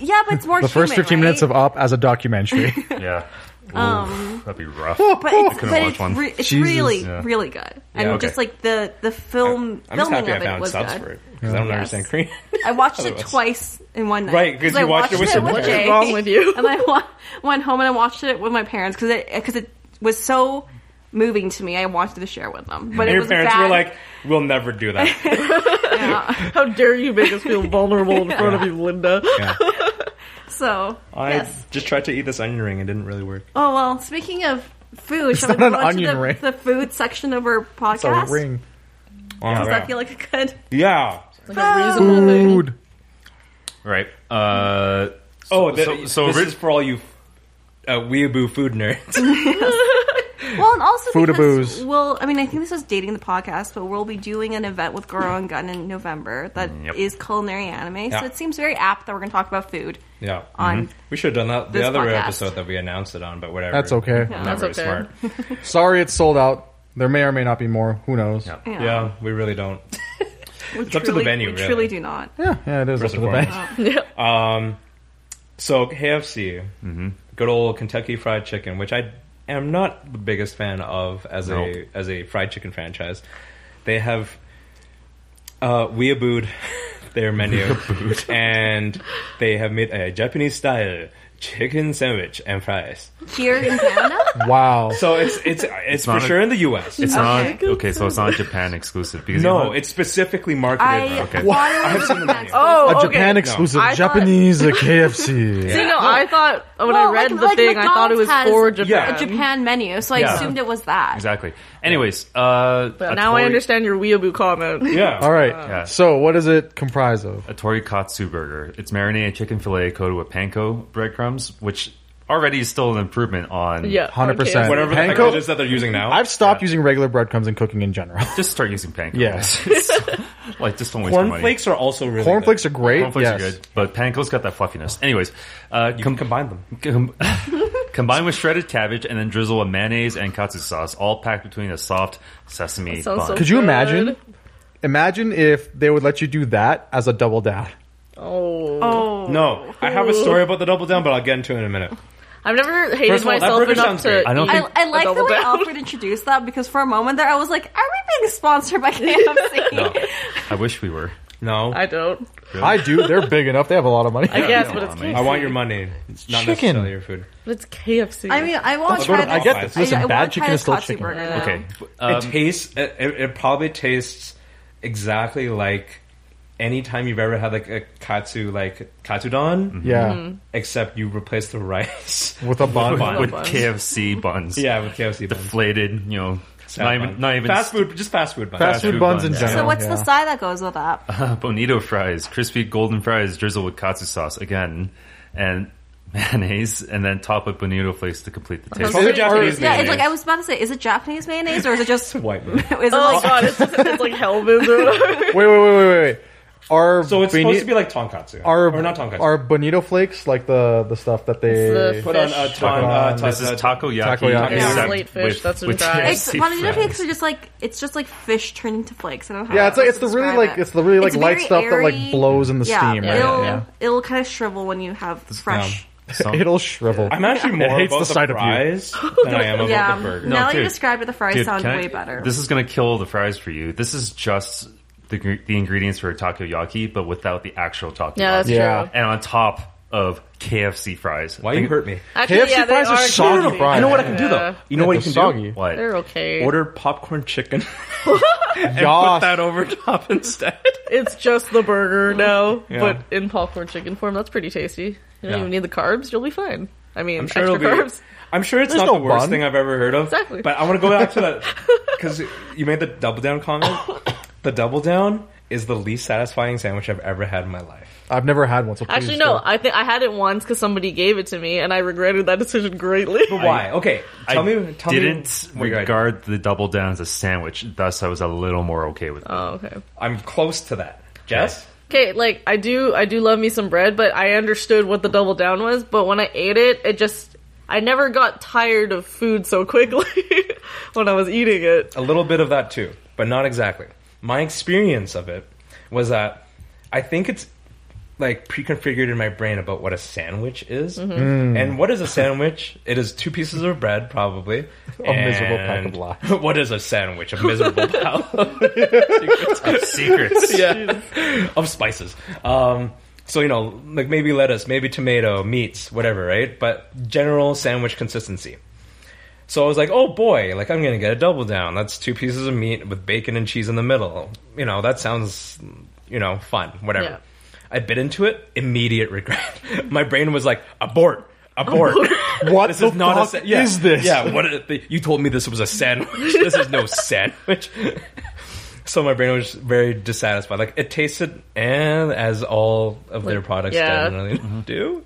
S2: yeah, but it's more
S1: The first 15 minutes of Up as a [laughs] documentary.
S4: Yeah. Ooh, that'd be rough.
S2: But
S5: "Oh,
S2: it's,
S4: couldn't
S2: but
S4: watch
S2: it's,
S4: one.
S2: re- it's
S1: Jesus.
S2: really,
S4: Yeah.
S2: really good. And
S5: okay.
S2: just like the the film
S5: I'm just
S2: filming
S5: happy
S2: of it
S5: I found
S2: was
S5: subs
S2: good.
S5: for it because I don't
S2: Yes.
S5: understand Korean.
S2: I watched it
S5: Otherwise.
S2: twice in one night.
S5: Right, 'cause
S2: I
S5: you watched it with your
S2: with
S5: parents.
S2: Jay.
S3: What's wrong with you?
S2: [laughs] and I wa- went home and I watched it with my parents because it because it was so moving to me. I wanted to share with them, but
S5: and
S2: it
S5: your
S2: was
S5: parents
S2: bad.
S5: were like, "We'll never
S2: [laughs]
S5: do that."
S2: Yeah.
S3: How dare you make us feel vulnerable in front of you, Linda?
S5: Yeah.
S2: so
S5: I
S2: yes.
S5: just tried to eat this onion ring and didn't really work.
S2: Oh well, speaking of food, shall we
S1: not
S2: go
S1: an
S2: on to
S1: onion
S2: the,
S1: ring.
S2: the food section of our
S1: it's a
S2: podcast?
S1: ring.
S5: yeah.
S2: Does that feel like a good?
S5: yeah.
S3: Like a reasonable thing.
S1: Food.
S4: Right. Uh,
S5: Oh,
S4: so-
S5: so,
S4: so
S5: this
S4: orig-
S5: is for all you uh, weeaboo food
S2: [laughs]
S5: nerds.
S2: Well, and also
S1: Food
S2: because
S1: aboos.
S2: we'll, I mean, I think this is dating the podcast, but we'll be doing an event with Goro and Gun in November that is
S4: Yep.
S2: culinary anime.
S5: Yeah.
S2: So it seems very apt that we're going to talk about food
S5: yeah, Mm-hmm.
S2: on.
S5: we should have done that the
S2: This
S5: other
S2: podcast.
S5: episode that we announced it on, but whatever.
S1: That's okay.
S2: Yeah.
S5: Not
S3: That's
S5: really
S3: okay.
S5: smart.
S2: [laughs]
S1: Sorry, it's sold out. There may or may not be more. Who knows?
S4: Yeah.
S2: you know,
S5: Yeah, we really don't.
S2: we
S5: up to the
S2: truly-
S5: venue,
S2: We
S5: really.
S2: truly do not.
S1: Yeah, yeah, it is. up
S5: First
S1: to
S5: and
S1: the bank.
S5: [laughs] foremost.
S3: Yeah.
S5: Um, so KFC, good old Kentucky Fried Chicken, which I am not the biggest fan of as
S4: Nope.
S5: a as a fried chicken franchise. They have uh, weeabooed [laughs] their menu, and they have made a Japanese style chicken sandwich and fries.
S2: Here in Canada?
S1: Wow.
S5: So it's it's it's, for
S4: not a-
S5: sure in the U.S.
S4: it's
S2: Okay.
S4: not okay. So it's not Japan exclusive because you know
S5: no,
S4: what?
S5: it's specifically marketed.
S2: I
S5: right?
S4: Okay.
S2: thought it was
S5: seen the
S2: Japanese.
S5: menu.
S3: Oh,
S1: a
S3: okay.
S1: uh, Japan exclusive
S3: I thought- [laughs]
S1: Japanese KFC.
S3: See, no, I thought when
S2: Well,
S3: I read
S2: like-
S3: the
S2: like
S3: thing, I thought it was
S2: McDonald's
S3: for
S2: has-
S3: Japan.
S2: a Japan menu, so I
S4: Yeah.
S2: assumed it was that.
S4: exactly. Anyways, uh,
S3: But now I
S4: Atori-
S3: understand your weeaboo comment.
S5: Yeah.
S1: All right.
S4: Yeah.
S1: So, what does it comprise of?
S4: a torikatsu burger. It's marinated chicken fillet coated with panko breadcrumbs, which already still an improvement on
S1: 100%.
S3: Yeah, Uh, okay.
S1: Whatever
S5: Whatever
S1: the heck
S5: the
S1: Panko-
S5: heck
S1: it is
S5: that they're using now.
S1: I've stopped using regular breadcrumbs in cooking in general.
S4: Just start using panko. [laughs]
S1: Yes.
S4: like just don't waste your money.
S5: cornflakes are also really
S1: Cornflakes are great.
S4: Cornflakes
S1: yes.
S4: are good, but panko's got that fluffiness. Anyways, uh,
S5: You
S4: com-
S5: can combine them.
S4: com- [laughs] combine with shredded cabbage and then drizzle a mayonnaise and katsu sauce, all packed between a soft sesame
S3: sounds
S4: bun.
S3: so-
S1: Could you
S3: Good.
S1: imagine? Imagine if they would let you do that as a double down.
S3: Oh.
S2: Oh.
S5: No, I have a story about the double down, but I'll get into it in a minute.
S3: I've never hated
S5: First of all, that
S3: myself
S5: burger
S3: enough
S5: sounds
S3: to.
S5: great.
S4: I don't
S3: eat
S2: I,
S4: think-
S2: I
S3: a
S2: like the
S3: double
S2: way
S3: down.
S2: Alfred introduced that because for a moment there I was like, are we being sponsored [laughs] by KFC?
S4: I wish we were.
S5: No,
S3: I
S5: I,
S3: don't.
S1: I do. They're big enough. They have a lot of money.
S3: I guess, but
S4: come
S3: it's
S4: on, man.
S3: KFC.
S5: want your money, it's not
S1: Chicken.
S5: necessarily your food.
S3: But it's
S2: [laughs]
S3: KFC.
S2: I mean, I want to
S5: I'll
S2: try
S5: go to
S2: this.
S1: I get
S5: Popeyes.
S1: this. Listen,
S2: I- I wanna
S1: bad
S2: try
S1: chicken
S2: this
S1: is still
S2: katsu
S1: chicken.
S2: burger now.
S4: Okay.
S5: it
S4: Um,
S5: tastes. It, it it probably tastes exactly like any time you've ever had like a katsu like katsudon,
S1: Yeah.
S3: Mm-hmm.
S5: except you replace the [laughs] rice.
S1: With a bun.
S5: bun.
S4: with
S3: buns.
S4: KFC buns.
S5: yeah, with KFC buns.
S4: [laughs] Deflated, you know. Not
S5: Fat
S4: even,
S5: bun.
S4: not even
S5: fast food, just fast food buns.
S1: Fast food buns in
S4: buns, yeah.
S1: general.
S2: So what's
S1: yeah.
S2: the side that goes with that?
S4: Bonito fries, crispy golden fries drizzled with katsu sauce again, and [laughs] mayonnaise, and then top with bonito flakes to complete the taste.
S5: Probably
S3: Is it-
S5: Japanese
S2: Yeah, it's
S5: mayonnaise.
S2: like I was about to say, is it Japanese mayonnaise or is it just? [laughs] is
S5: [laughs] white. Man.
S2: it like,
S3: oh my god, it's, just, it's like Hellman's or whatever.
S1: Wait, wait, wait, wait, wait, wait. Are
S5: So it's
S1: boni-
S5: supposed to be like tonkatsu,
S1: are,
S5: or not tonkatsu.
S1: are bonito flakes like the the stuff that they?
S3: It's
S5: put on a
S3: Fish.
S5: ton. Uh,
S1: This
S5: ton-
S4: This is
S5: uh,
S4: takoyaki.
S1: Takoyaki.
S4: except
S3: Yeah, slate fish,
S4: with-
S3: that's what
S4: with
S3: it
S2: It's
S3: is.
S4: KFC
S2: bonito
S4: fries.
S2: flakes are just like it's just like fish turning to flakes. I don't know. how
S1: yeah, it's like
S2: else
S1: it's
S2: to
S1: the really
S2: describe
S1: like
S2: it.
S1: it's the really like
S2: It's
S1: light
S2: very
S1: stuff that
S2: airy.
S1: like blows in the
S2: yeah,
S1: steam. Right?
S2: it'll
S1: Yeah.
S2: it'll kind of shrivel when you have fresh.
S4: Some-
S1: It'll shrivel.
S5: I'm [laughs] actually more
S1: hates
S5: about
S1: the
S5: the,
S1: sight of you.
S5: [laughs] fries than I am about
S2: Yeah,
S5: the burger.
S2: now that you
S4: dude.
S2: described it, the fries
S4: Dude,
S2: sound
S4: can I-
S2: way better.
S4: This is going to kill the fries for you. This is just the, gr- the ingredients for a takoyaki, but without the actual takoyaki.
S3: Yeah, that's
S1: Yeah.
S3: true.
S4: and on top of KFC fries.
S5: Why
S4: Think-
S5: you hurt me?
S3: Actually,
S1: KFC
S3: yeah, they
S1: fries are
S3: are
S1: soggy
S3: crispy.
S1: fries.
S5: You know what I can do
S3: Yeah.
S5: though. You know what you can
S1: It's
S5: soggy.
S1: soggy.
S5: do.
S4: What?
S3: They're okay.
S5: Order popcorn chicken. [laughs]
S1: Yas.
S5: Put that over top instead.
S3: It's just the burger now,
S5: Yeah.
S3: but in popcorn chicken form. That's pretty tasty. You don't
S5: Yeah.
S3: even need the carbs. You'll be fine. I mean,
S5: I'm sure
S3: extra
S5: it'll be.
S3: carbs.
S5: I'm sure it's
S1: There's
S5: not
S1: no
S5: the worst
S1: bun.
S5: thing I've ever heard of.
S3: Exactly.
S5: But I want to go back to
S3: [laughs]
S5: that because you made the double down
S3: [coughs]
S5: comment. the double down is the least satisfying sandwich I've ever had in my life.
S1: I've never had one. So please
S3: Actually, no.
S1: don't.
S3: I think I had it once because somebody gave it to me, and I regretted that
S5: [laughs]
S3: decision greatly.
S5: Why? Okay,
S4: I
S5: tell me. Tell
S4: didn't
S5: me, wait, wait.
S4: regard the double down as a sandwich. Thus, I was a little more okay with it.
S3: Oh, okay.
S5: I'm close to that. Jess.
S3: Okay, like I do, I do love me some bread, but I understood what the double down was. But when I ate it, it just, I never got tired of food so quickly [laughs] when I was eating it.
S5: a little bit of that too, but not exactly. My experience of it was that I think it's like pre-configured in my brain about what a sandwich is.
S1: Mm.
S5: And what is a sandwich? [laughs] it is two pieces of bread, probably.
S1: A miserable pack of
S5: And
S1: lies.
S5: [laughs] What is a sandwich? A
S1: [laughs]
S5: miserable pile
S4: [laughs] Secrets.
S5: [laughs] yeah. of spices. Um, so you know, like maybe lettuce, maybe tomato, meats, whatever, right? But general sandwich consistency. So I was like, oh boy, like I'm gonna get a double down. That's two pieces of meat with bacon and cheese in the middle. You know, that sounds, you know, fun. Whatever.
S3: Yeah.
S5: I bit into it. Immediate regret. [laughs] My brain was like, abort, abort. [laughs]
S1: What
S5: this
S1: the
S5: is not
S1: fuck
S5: a sa- yeah,
S1: is this?
S5: Yeah, what? Is the- you told me this was a sandwich. [laughs] this is no sandwich. So my brain was very dissatisfied. Like it tasted, and as all of their products
S3: yeah.
S5: generally [laughs] do,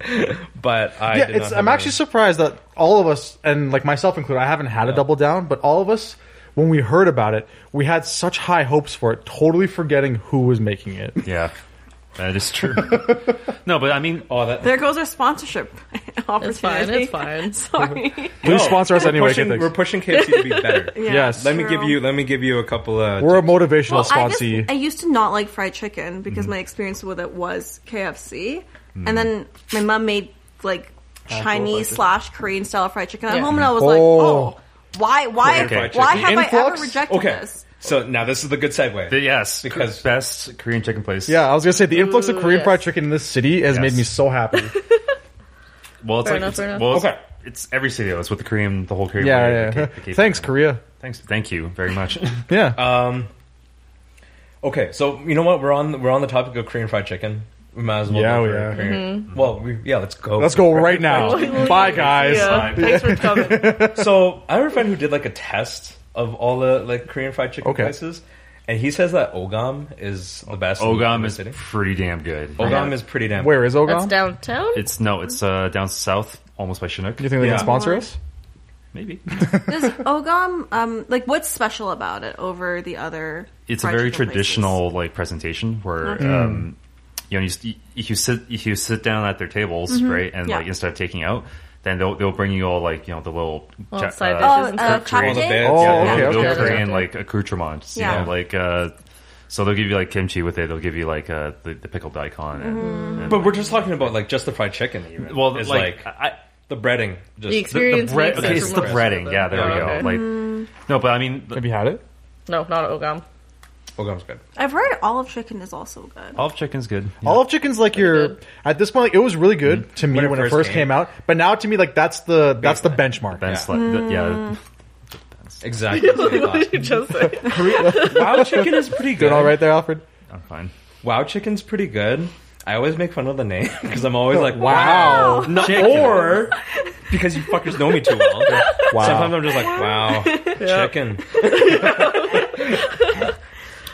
S5: but I
S1: Mm-hmm. yeah,
S5: did
S1: it's,
S5: not
S1: I'm
S5: have
S1: actually surprised that all of us, and like myself included, I haven't had a double down, but all of us, when we heard about it, we had such high hopes for it, totally forgetting who was making it.
S4: Yeah, that is true. no, but I mean,
S5: a- oh, that,
S2: there goes our sponsorship [laughs] opportunity.
S3: It's fine. It's
S2: [laughs] Sorry.
S3: fine.
S1: Please
S5: No,
S1: sponsor us
S5: we're
S1: anyway.
S5: Pushing,
S1: good
S5: we're
S1: things.
S5: pushing KFC
S1: [laughs]
S5: to be better.
S2: Yeah,
S1: Yes.
S5: Let me give
S2: true.
S5: you. Let me give you a couple uh, of.
S1: We're a motivational
S2: Well, I, just,
S1: sponsee.
S2: I used to not like fried chicken because my experience with it was KFC, and then my mom made like Chinese slash Korean style fried chicken at
S3: Yeah.
S2: home, and I was
S1: Oh.
S2: like, oh, why, why,
S4: Korean fried
S2: why
S4: chicken.
S2: have I
S1: Influx?
S2: ever rejected
S5: okay.
S2: this?
S5: So now this is the good segue.
S4: but yes,
S5: Because-
S4: best Korean chicken place.
S1: yeah, I was gonna say the influx of
S3: Ooh,
S1: Korean
S3: yes.
S1: fried chicken in this city has made
S4: Yes.
S1: me so happy.
S4: Well, it's
S3: Fair
S4: like
S3: enough,
S4: it's,
S3: fair enough.
S4: well, it's,
S5: Okay.
S4: it's every studio. It's with the Korean, the whole Korean.
S1: yeah,
S4: wave,
S1: yeah.
S4: the
S1: yeah.
S4: K- the K-
S1: Thanks, Korea.
S4: Thanks, thank you very much.
S1: Yeah,
S5: Um, okay, so you know what? We're on we're on the topic of Korean fried chicken. We might as well.
S1: Yeah,
S5: go
S1: we
S5: for
S1: are.
S5: Korean- Well, we, yeah, let's go.
S1: let's go right now.
S3: Right.
S1: Bye, guys.
S3: yeah.
S4: fine.
S3: Thanks
S5: [laughs]
S3: for coming.
S5: So I have a friend who did like a test of all the like Korean fried chicken
S1: Okay.
S5: places, and he says that ogam is the best. in
S4: Ogam
S5: the
S4: is
S5: city.
S4: pretty damn good.
S5: ogam
S4: Yeah.
S5: is pretty damn.
S1: Where is
S3: That's
S1: Ogam?
S3: downtown.
S4: It's no, it's uh, down south almost by Chinook.
S1: You think they
S5: Yeah.
S1: can sponsor us?
S4: Maybe.
S2: Does [laughs] Ogam, um, like, what's special about it over the other?
S4: it's a
S2: fried
S4: very
S2: chicken places?
S4: traditional like presentation where um, you know you, s- if you sit if you sit down at their tables
S3: Mm-hmm.
S4: right and
S2: Yeah.
S4: like instead of taking out then they'll they'll bring you all like you know the little
S3: Well,
S4: ja-
S3: side
S4: uh,
S2: Oh,
S3: dishes and
S2: uh,
S3: stuff.
S5: All the
S2: Chapdae?
S5: beds,
S1: Oh,
S4: yeah,
S1: okay,
S4: they'll
S1: okay,
S4: bring
S3: okay.
S4: in like accoutrements you
S2: Yeah.
S4: know like uh, so they'll give you like kimchi with it they'll give you like uh, the, the pickled daikon and,
S3: Mm-hmm.
S4: and,
S5: But
S4: like-
S5: we're just talking about like just the fried chicken. Even
S4: well
S5: it's
S4: like,
S5: like,
S4: I,
S5: the breading. Just
S3: The
S4: the
S3: experience
S4: bread
S3: makes
S4: okay
S3: sense
S4: it's
S3: for
S4: the
S3: most of
S4: breading
S3: them.
S4: yeah
S3: Mm-hmm.
S4: there we go
S5: Yeah, okay.
S4: like no but I mean
S1: Have you had it?
S3: No, not Ogam. [laughs]
S5: Oh, that was good.
S2: I've heard olive chicken is also good.
S4: olive chicken's good
S1: Olive chicken's like your
S3: good.
S1: at this point like, it was really good to me Mm-hmm. when, it first came. out, but now to me like that's the that's the benchmark.
S4: Ben
S5: Yeah.
S4: Sle- yeah
S3: Mm.
S5: Exactly. that's what I
S3: What
S5: thought.
S3: did you just say?
S5: wow chicken is pretty good.
S1: Doing all right there, Alfred.
S4: I'm fine
S5: Wow chicken's pretty good. I always make fun of the name [laughs] because I'm always like
S1: Wow.
S5: wow chicken. [laughs] or because you fuckers know me too
S3: [laughs]
S5: well.
S1: Wow.
S5: Sometimes I'm just like [laughs] wow chicken. [laughs]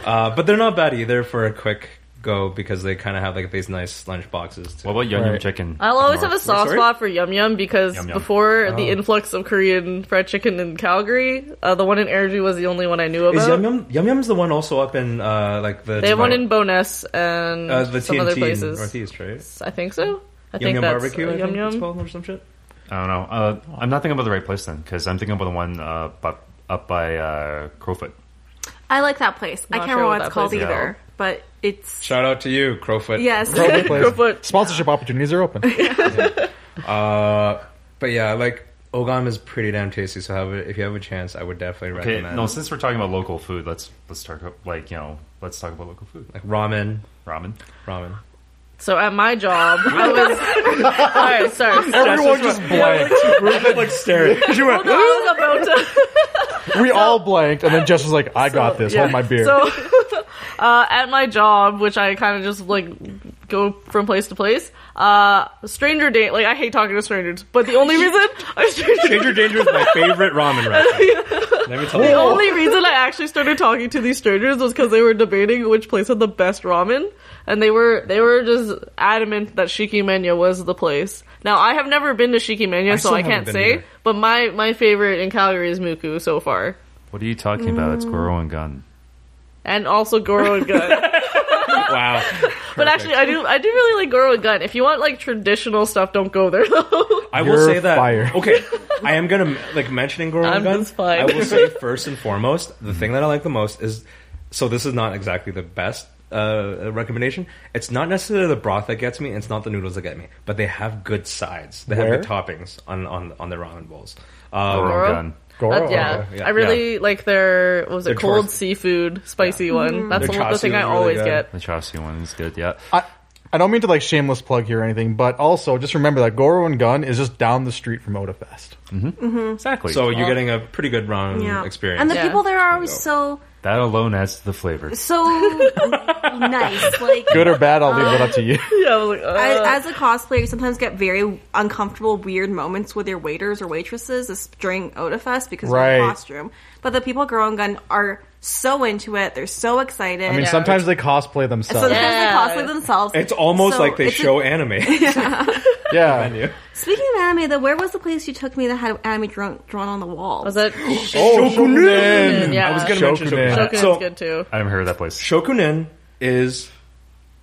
S5: uh, but they're not bad either for a quick go because they kind of have like these nice lunch boxes. Too.
S4: what about yum yum
S1: Right.
S4: chicken
S3: I'll always have a
S4: Mark?
S3: soft
S5: sorry? Oh.
S3: spot for Yum Yum because
S4: Yum Yum.
S3: before the influx of Korean fried chicken in Calgary, uh, the one in Airdrie was the only one I knew about.
S5: is Yum Yum Yum Yum's the one also up in uh, like the
S3: They have one
S5: Dubai-
S3: in Bonus and
S5: uh, the
S3: some
S5: TNT
S3: other
S5: in
S3: places.
S5: Northeast, right?
S3: I think so. I
S5: Yum
S3: think
S5: Yum
S3: that's
S5: Barbecue,
S3: uh,
S5: I
S3: Yum
S5: think it's
S3: [laughs] Yum.
S5: called or some shit.
S4: I don't know. Uh, I'm not thinking about the right place then, because I'm thinking about the one uh, up, up by uh, Crowfoot.
S2: I like that place. I
S3: Not
S2: can't
S3: sure
S2: remember
S3: what
S2: what it's called
S3: that place
S4: is.
S2: either, but it's
S5: Shout out to you, Crowfoot.
S2: yes. [laughs]
S1: Probably place.
S3: Crowfoot.
S1: Sponsorship opportunities are
S5: [laughs]
S1: open.
S5: Uh, but yeah, like Ogam is pretty damn tasty. So have a, if you have a chance, I would definitely
S4: Okay,
S5: recommend.
S4: no. Since we're talking about local food, let's let's talk about like you know let's talk about local food, like
S5: like ramen,
S4: ramen.
S5: ramen.
S3: So at my job, I was.
S5: [laughs]
S3: sorry, sorry. sorry.
S1: Everyone just blanked.
S5: We're just
S1: [laughs]
S5: like staring.
S1: She went,
S3: I was about to.
S1: we all blanked, and then Jess was like, "I got this.
S3: Yeah.
S1: Hold my beer."
S3: So, uh, at my job, which I kind of just like go from place to place, uh, stranger date. Like I hate talking to strangers, but the only reason I [laughs] stranger
S5: Danger Danger is my favorite ramen restaurant. Let me tell
S3: the
S5: you.
S3: only reason I actually started talking to these strangers was because they were debating which place had the best ramen, and they were they were just adamant that Shikimenya was the place. Now I have never been to Shikimenya, so
S5: still
S3: I
S5: haven't
S3: can't
S5: been
S3: say.
S5: either.
S3: But my my favorite in Calgary is Muku so far,
S4: What are you talking about?
S1: Mm.
S4: It's Goro and Gun.
S3: and also Goro and [laughs] Gun.
S5: Wow.
S3: [laughs] But actually, I do I do really like Goro and Gun. If you want like traditional stuff, don't go there [laughs] though.
S5: I
S1: You're
S5: will say that.
S1: fired.
S5: [laughs] Okay, I am gonna like mentioning Goro
S3: I'm
S5: Gun.
S3: just fine.
S5: I will
S3: [laughs]
S5: say first and foremost, the
S1: Mm-hmm.
S5: thing that I like the most is so this is not exactly the best uh, recommendation. It's not necessarily the broth that gets me. It's not the noodles that get me, but they have good sides. They
S1: Where? Oh,
S5: have good toppings on on on their ramen bowls. Um,
S4: Goro
S3: Goro?
S4: and Gun.
S1: Goro,
S3: Uh, yeah.
S5: okay, yeah,
S3: I really like their what was it
S5: Their
S3: cold
S5: char-
S3: seafood spicy one.
S5: Their
S3: That's the, one- the
S5: char
S3: thing I
S5: siu's really
S3: always
S5: good.
S3: get.
S4: The Chassi one is good. Yeah,
S1: I, I don't mean to like shameless plug here or anything, but also just remember that Goro and Gun is just down the street from Odafest.
S4: exactly.
S5: So
S4: So
S3: Oh.
S5: you're getting a pretty good ramen
S2: Yeah.
S5: experience.
S2: And the
S3: Yeah.
S2: people there are always so
S4: that alone adds to the flavor.
S2: so
S3: [laughs]
S2: nice. Like
S1: Good or bad, I'll leave that up to
S5: [laughs]
S1: you.
S3: [laughs] Yeah, I was [laughs] like, uh,
S2: I, as a cosplayer, you sometimes get very uncomfortable, weird moments with your waiters or waitresses is- during OdaFest because you're
S1: Right.
S2: in costume. But the people at Girl and Gun are so into it; they're so excited.
S1: I mean,
S3: Yeah.
S1: sometimes they cosplay
S2: so
S1: themselves.
S2: sometimes
S3: Yeah.
S2: they cosplay themselves.
S5: it's almost
S2: So
S5: like they
S2: it's a-
S5: show anime.
S1: Yeah.
S2: [laughs] Speaking of anime, though, where was the place you took me that had anime drawn, drawn on the wall?
S3: was that?
S1: Oh, Shokunin!
S3: [laughs] Yeah.
S5: I was gonna mention
S1: Shokunin.
S5: Shokunin.
S3: Shokunin's
S5: So-
S3: good too.
S4: I haven't heard of that place.
S5: Shokunin is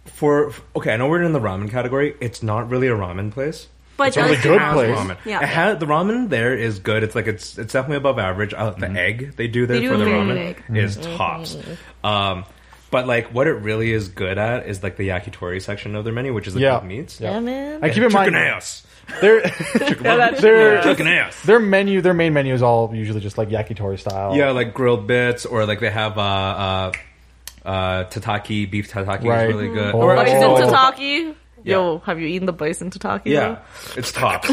S5: for okay. I know we're in the ramen category. It's not really a ramen place.
S2: but
S1: a really
S2: does
S1: good
S2: have
S1: place.
S5: Ramen.
S2: Yeah.
S5: It has, the ramen there is good. It's like it's it's definitely above average. I like
S1: Mm-hmm.
S5: the egg they do there
S2: They do
S5: for the
S2: a very Mm-hmm. good egg.
S5: ramen is tops. Um, but like what it really is good at is like the yakitori section of their menu, which is the
S1: Yeah.
S5: cooked meats.
S1: Yeah.
S3: Yeah, man.
S1: And keep in
S5: Chicken
S1: mind,
S5: ass.
S1: their,
S5: [laughs]
S3: that's-
S1: their,
S5: Chicken ass.
S1: their menu, their main menu is all usually just like yakitori style.
S5: Yeah, like grilled bits, or like they have uh, uh, uh, tataki beef tataki
S1: Right.
S5: is really good.
S1: Oh.
S5: Or actually,
S3: Bison
S1: Oh.
S3: tataki.
S5: Yeah.
S3: Yo, have you eaten the bison tataki?
S5: Yeah, it's top.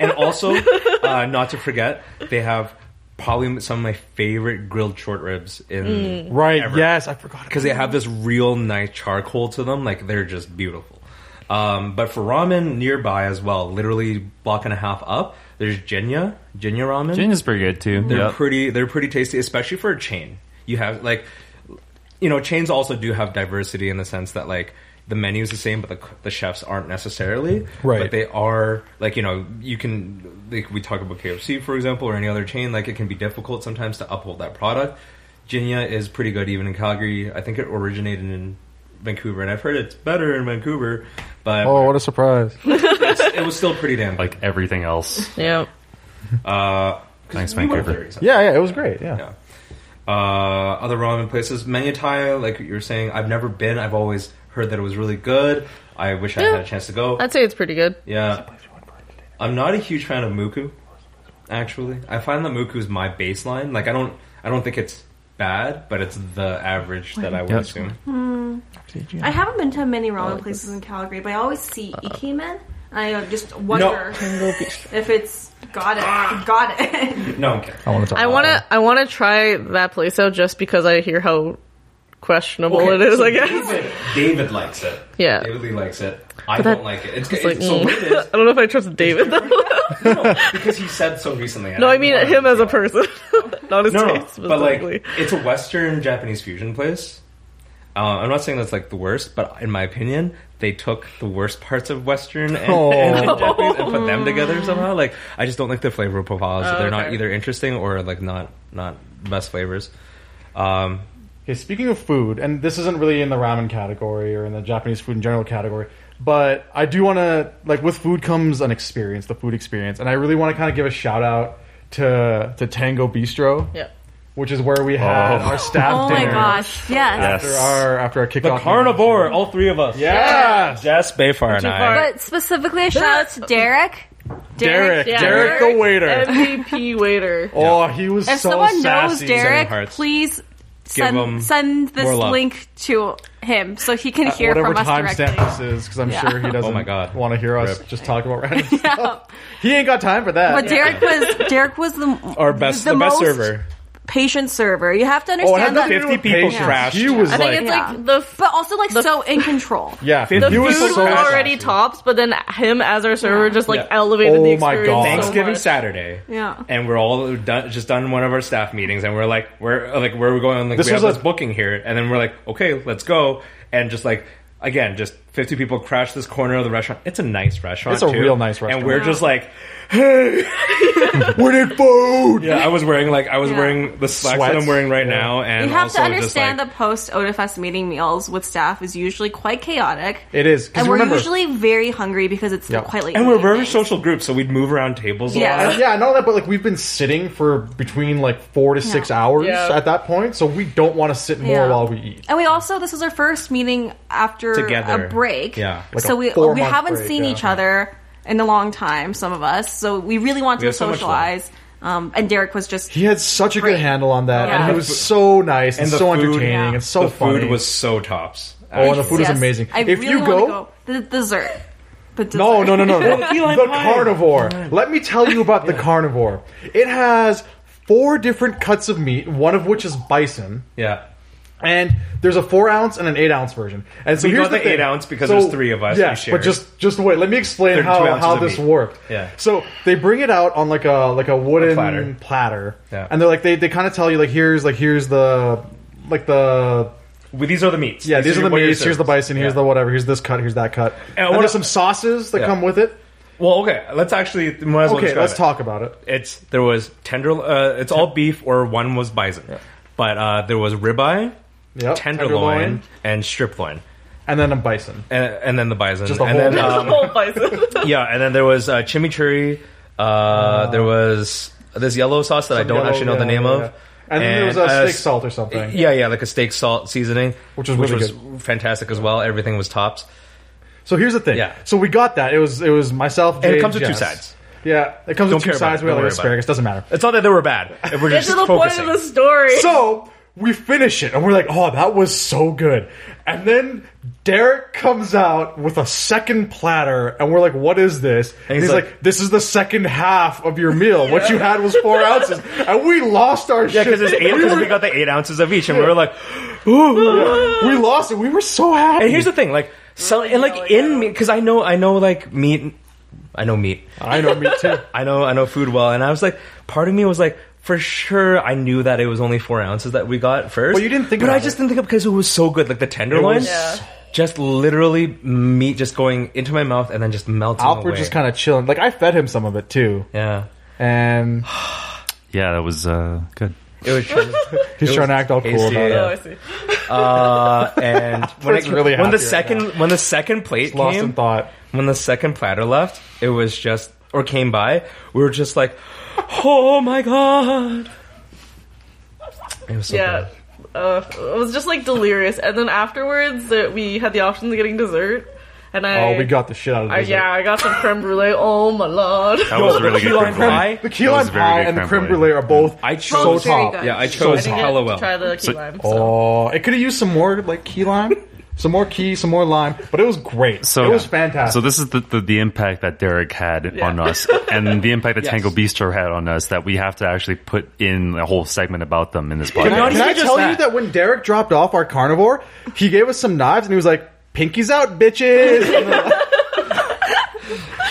S5: and also, uh, not to forget, they have probably some of my favorite grilled short ribs in
S1: Right.
S5: Ever.
S1: Yes, I forgot.
S5: because they have this real nice charcoal to them. Like they're just beautiful. Um, but for ramen nearby as well, literally block and a half up, there's Jinya Jinya ramen.
S4: Gin is pretty good too.
S5: They're
S4: Yep.
S5: pretty. They're pretty tasty, especially for a chain. You have like, you know, chains also do have diversity in the sense that like the menu is the same, but the, c- the chefs aren't necessarily.
S1: Right.
S5: But they are like you know you can like we talk about KFC for example or any other chain like it can be difficult sometimes to uphold that product. Ginya is pretty good even in Calgary. I think it originated in Vancouver, and I've heard it's better in Vancouver, but
S1: Oh, what a surprise!
S5: it's, it was still pretty damn good.
S4: like everything else.
S3: Yeah.
S5: Uh,
S4: Thanks,
S5: we went
S4: Vancouver.
S5: there recently.
S1: [laughs] Yeah, yeah, it was great. Yeah,
S5: Yeah. Uh, other ramen places, Menyutai, like you were saying, I've never been. I've always heard that it was really good. I wish I
S3: Yeah.
S5: had a chance to go.
S3: I'd say it's pretty good.
S5: yeah. I'm not a huge fan of Muku. Actually, I find that Muku is my baseline. Like I don't, I don't think it's bad, but it's the average that I would
S1: Yes.
S5: assume.
S2: I haven't been to many ramen places in Calgary, but I always see Ikemen. And I just wonder if it's got it, [laughs] got it.
S5: No,
S3: [laughs]
S5: I'm kidding.
S1: I want to talk.
S3: I wanna I wanna try that place out just because I hear how questionable it is.
S5: so
S3: I guess.
S5: David, David likes it.
S3: Yeah.
S5: David Lee likes it. I
S3: that-
S5: don't like it. It's,
S3: It's like,
S5: it's- so
S3: mm.
S5: what it is
S3: [laughs] I don't know if I trust David though.
S5: because he said so recently.
S3: no, I mean him as a person, [laughs] not
S5: [laughs]
S3: his
S5: No, no,
S3: taste
S5: but
S3: specifically.
S5: like it's a Western Japanese fusion place. Uh, I'm not saying that's like the worst, but in my opinion, they took the worst parts of Western and,
S1: Oh.
S5: and Japanese and put them together somehow. Like I just don't like the flavor profiles.
S3: Oh,
S5: They're not
S3: okay.
S5: either interesting or like not not best flavors. Um,
S1: Okay, speaking of food, and this isn't really in the ramen category or in the Japanese food in general category, but I do want to like with food comes an experience, the food experience, and I really want to kind of give a shout out to to Tango Bistro,
S3: yeah.
S1: which is where we had
S4: Oh.
S1: our
S3: [laughs]
S1: staff
S2: Oh my
S1: dinner
S2: gosh! Yes.
S1: after our after our kickoff.
S5: the
S1: meeting.
S5: carnivore, all three of us.
S1: yes.
S5: Jess Bayfar and I.
S2: But specifically, a shout out to Derek.
S1: Derek,
S3: Yeah.
S1: Derek the waiter.
S3: MVP waiter.
S1: Oh, he was
S2: If
S1: so
S2: someone
S1: sassy.
S2: knows
S5: Sending
S2: Derek,
S5: hearts.
S2: please
S5: him
S2: send send
S5: more
S2: this
S5: love.
S2: link to him so he can hear
S1: Whatever
S2: from us directly.
S1: timestamp this is, because I'm
S2: Yeah.
S1: sure he doesn't
S5: [laughs] Oh my God.
S1: want to hear us
S5: Rip.
S1: just talk about random stuff.
S2: [laughs] Yeah.
S1: He ain't got time for that.
S2: But Derek was Derek was the
S5: Our best, the, best
S2: most
S5: server.
S2: patient server. You have to
S1: oh, it had
S2: understand
S1: nothing
S2: that.
S1: to do
S5: 50
S1: with
S5: people
S1: patience.
S5: crashed.
S1: He was
S3: I think
S1: like,
S3: it's
S2: Yeah.
S3: like the f-
S2: But also, like,
S3: The-
S2: so in control.
S1: yeah,
S5: The
S1: he
S3: food
S1: was
S3: was,
S5: so sassy.
S3: already tops, but then him as our server just like
S5: Yeah.
S3: elevated
S1: Oh
S3: the
S1: my
S3: experience.
S1: God.
S3: so
S5: Thanksgiving
S3: [laughs] much.
S5: Saturday.
S2: Yeah.
S5: And we're all done, just done one of our staff meetings, and we're like, we're like, where are we going? Like,
S1: This
S5: we have
S1: was a-
S5: this booking here, and then we're like, okay, let's go, and just like. Again, just fifty people crash this corner of the restaurant. It's a nice restaurant.
S1: It's a
S5: too.
S1: real nice restaurant.
S5: And we're
S2: Yeah.
S5: just like, hey,
S1: [laughs] we did food.
S5: yeah. I was wearing like I was
S2: Yeah.
S5: wearing the slacks
S1: Sweats.
S5: that I'm wearing right
S1: Yeah.
S5: now, and
S2: You have
S5: also
S2: to understand
S5: just like,
S2: the post OdaFest meeting meals with staff is usually quite chaotic.
S1: It is, 'cause
S2: and
S1: you
S2: we're
S1: remember-
S2: usually very hungry because it's
S1: Yeah.
S2: quite late.
S5: and
S2: in
S5: we're
S2: the
S5: very
S2: evening.
S5: social groups, so we'd move around tables.
S2: Yeah.
S5: a lot.
S1: And Uh, yeah, I know that, but like we've been sitting for between like four to six hours
S3: Yeah.
S1: at that point, so we don't want to sit more
S2: Yeah.
S1: while we eat.
S2: And we also this is our first meeting after
S5: Together.
S2: a break.
S5: Yeah.
S1: Like
S2: so
S1: a
S2: we we
S1: four-month
S2: haven't
S1: break,
S2: seen
S1: yeah.
S2: each other in a long time, some of us. So we really want
S5: We
S2: to
S5: have so much
S2: socialize. um, and Derek was just
S1: He had such a good
S2: Great.
S1: handle on that,
S2: Yeah.
S1: and he was so nice and,
S5: the
S1: so
S5: food-
S1: entertaining
S2: Yeah.
S1: and so
S5: the
S1: funny.
S5: food was so tops.
S1: oh, and the
S5: actually.
S1: food was amazing.
S2: I
S1: if
S2: really
S1: you
S2: want
S1: go,
S2: to go the dessert. The dessert.
S1: no, no, no, no, no. the
S5: pie.
S1: carnivore. Let me tell you about the carnivore. It has four different cuts of meat, one of which is bison.
S5: yeah.
S1: And there's a four ounce and an eight ounce version. And so
S5: We
S1: here's
S5: got the eight
S1: thing.
S5: ounce because there's three of us, we
S1: Yeah,
S5: share.
S1: but just just wait. Let me explain
S5: 32
S1: how,
S5: ounces
S1: how
S5: of
S1: this
S5: meat.
S1: worked.
S5: Yeah.
S1: So they bring it out on like a like a wooden
S5: platter.
S1: platter,
S5: Yeah.
S1: and they're like they, they kind of tell you like here's like here's the like the
S5: Well, these are the meats.
S1: yeah these, are the
S5: what your
S1: meats. Here's the
S5: servings.
S1: bison. Here's
S5: Yeah.
S1: the whatever. Here's this cut. Here's that cut.
S5: And
S1: And,
S5: what-
S1: there's some sauces that
S5: Yeah.
S1: come with it.
S5: Well, okay. Let's actually. we might as well
S1: Okay,
S5: describe
S1: let's
S5: it.
S1: talk about it.
S5: It's there was tender. Uh, it's all beef, or one was bison, but uh, there was ribeye,
S1: Yep.
S5: tenderloin, and strip loin,
S1: and then a bison.
S5: and, and then the bison,
S1: Just the
S5: and
S1: whole
S5: then
S1: thing.
S3: The
S5: um,
S3: whole bison.
S5: yeah, and then there was uh, chimichurri. Uh, there was this yellow sauce that I don't
S1: Yellow-
S5: actually know the
S1: yeah,
S5: name
S1: yeah,
S5: of.
S1: yeah. And, then there was a
S5: uh,
S1: steak salt or something.
S5: Yeah, yeah, like a steak salt seasoning,
S1: Which was really
S5: was fantastic as well. Everything was tops.
S1: So here's the thing.
S5: Yeah.
S1: So we got that. It was it was myself.
S5: it
S1: Jade,
S5: comes with two
S1: Jess.
S5: sides.
S1: Yeah, it comes
S5: Don't
S1: with two
S5: care about
S1: sides.
S5: it.
S1: We have like
S5: Don't worry about
S1: asparagus.
S5: it.
S1: Doesn't matter.
S5: It's not that they were bad. If we're [laughs]
S3: Get
S5: just
S3: to the point
S5: focusing.
S3: of the story.
S1: So we finish it, and we're like, "Oh, that was so good." And then Derek comes out with a second platter, and we're like, "What is this?" And
S5: he's
S1: he's,
S5: like-
S1: like, "This is the second half of your meal. What you had was four ounces,
S5: [laughs]
S1: and we lost our shit
S5: Yeah, because it's eight.
S1: We,
S5: Because
S1: were-
S5: we got the eight ounces of each, and we were like,
S1: yeah, [laughs]
S5: [laughs]
S1: we lost it. We were so happy.
S5: and here's the thing, like, so and like in me, because I know, I know, like meat, I know meat,
S1: I know, me too.
S5: I know, I know food well, and I was like, part of me was like. For sure, I knew that it was only four ounces that we got first.
S1: But you didn't think
S5: But
S1: about
S5: I just
S1: it.
S5: didn't think of because it was so good, like the tenderloin.
S1: was Yeah.
S5: just literally meat just going into my mouth and then just melting
S1: Alfred
S5: away.
S1: just kind of chilling. Like I fed him some of it too,
S5: yeah.
S1: and
S4: Yeah, that was uh, good.
S5: It was just,
S1: he's
S5: It
S1: trying to
S5: was
S1: act all cool
S5: tasty,
S1: about
S3: Oh,
S1: it.
S5: yeah.
S3: I see.
S5: uh,
S1: [laughs]
S5: and when, I,
S1: Alfred's really
S5: when
S1: happy
S5: the
S1: right
S5: second when the second plate
S1: Lost
S5: came,
S1: in thought.
S5: when the second platter left, it was just or came by, we were just like, oh my god. It was so
S3: Yeah.
S5: bad.
S3: Uh, I was just like delirious, and then afterwards that we had the option of getting dessert, and I
S1: Oh, we got the shit out of
S3: I,
S1: this.
S3: yeah, I got some creme brulee. Oh my lord! [laughs]
S4: That was a really good.
S5: key lime
S4: creme brulee.
S5: pie?
S1: The
S5: The
S1: key
S4: That
S1: lime
S4: was very
S1: pie
S4: good
S1: and the creme
S4: brulee.
S1: brulee are both
S5: I
S1: so
S5: chose
S2: very
S1: top.
S2: good.
S5: yeah, I
S3: I
S5: chose
S3: didn't get
S5: hella
S3: to
S5: well.
S3: try the key lime. So.
S1: Oh, it could have used some more like key lime, some more key, some more lime, but it was great.
S4: So
S1: it was fantastic.
S4: So this is the, the, the impact that Derek had
S3: Yeah.
S4: on
S1: [laughs]
S4: us, and the impact that
S5: Yes.
S4: Tango Bistro had on us. That we have to actually put in a whole segment about them in this
S1: can
S4: podcast.
S1: I,
S5: Not
S1: can I
S5: even just
S1: tell you
S5: that.
S1: that when Derek dropped off our carnivore, he gave us some knives and he was like, "Pinkies out, bitches!"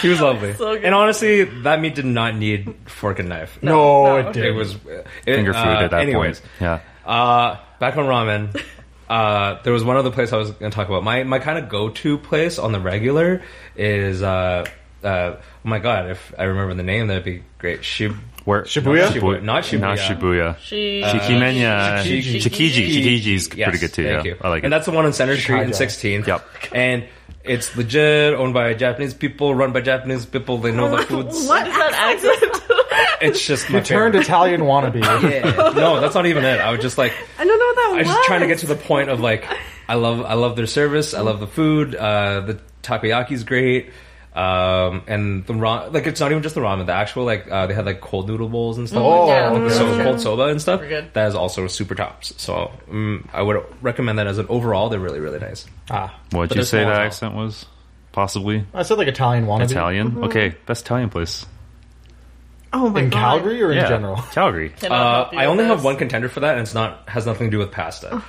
S5: He was lovely.
S3: So good.
S5: and honestly, that meat did not need fork and knife.
S1: no,
S3: No.
S1: it did.
S5: It was it,
S4: Finger food
S5: uh,
S4: at that
S5: anyways,
S4: point. Yeah.
S5: Uh, back on ramen. Uh, there was one other place I was going to talk about. My my kind of go to place on the regular is uh, uh, oh my god, if I remember the name, that'd be great. Shib-
S4: Where
S1: Shibuya?
S5: Not Shibuya.
S4: Not Shibuya.
S3: She,
S5: Uh,
S4: Shikimenya.
S5: Shikiji.
S4: Shikiji. Shikiji's pretty
S5: Yes,
S4: good too.
S5: Thank
S4: yeah.
S5: you.
S4: I like it.
S5: and that's the one on Center Street
S1: Chicago.
S5: in 16th.
S4: Yep.
S5: And it's legit, owned by Japanese people, run by Japanese people. They
S1: [laughs]
S5: know the foods.
S3: What is that accent?
S5: It's just my
S1: turned
S5: favorite.
S1: Italian
S5: [laughs]
S1: wannabe.
S5: Yeah. No, that's not even it. I was just like,
S2: I don't know what that
S5: I
S2: was.
S5: was just trying to get to the point of like, I love, I love their service. I love the food. Uh, the takoyaki's great. Um, and the ra- like, it's not even just the ramen. The actual like, uh, they had like cold noodle bowls and stuff.
S1: Oh,
S3: yeah.
S1: okay.
S5: so
S3: Yeah.
S5: cold soba and stuff.
S3: Very good.
S5: That is also super tops. So mm, I would recommend that as an overall. They're really, really nice.
S1: ah,
S4: What'd
S5: but
S4: you
S5: that's
S4: say
S5: not
S4: that
S5: all.
S4: accent was? Possibly
S1: I said like Italian wannabe.
S4: Italian. Okay, best Italian place.
S2: oh my
S1: in
S2: God.
S1: Calgary or in
S4: yeah.
S1: general?
S4: Calgary.
S3: Cannot
S5: Uh,
S3: help you
S5: I only
S3: with
S5: have
S3: this.
S5: one contender for that, and it's not has nothing to do with pasta.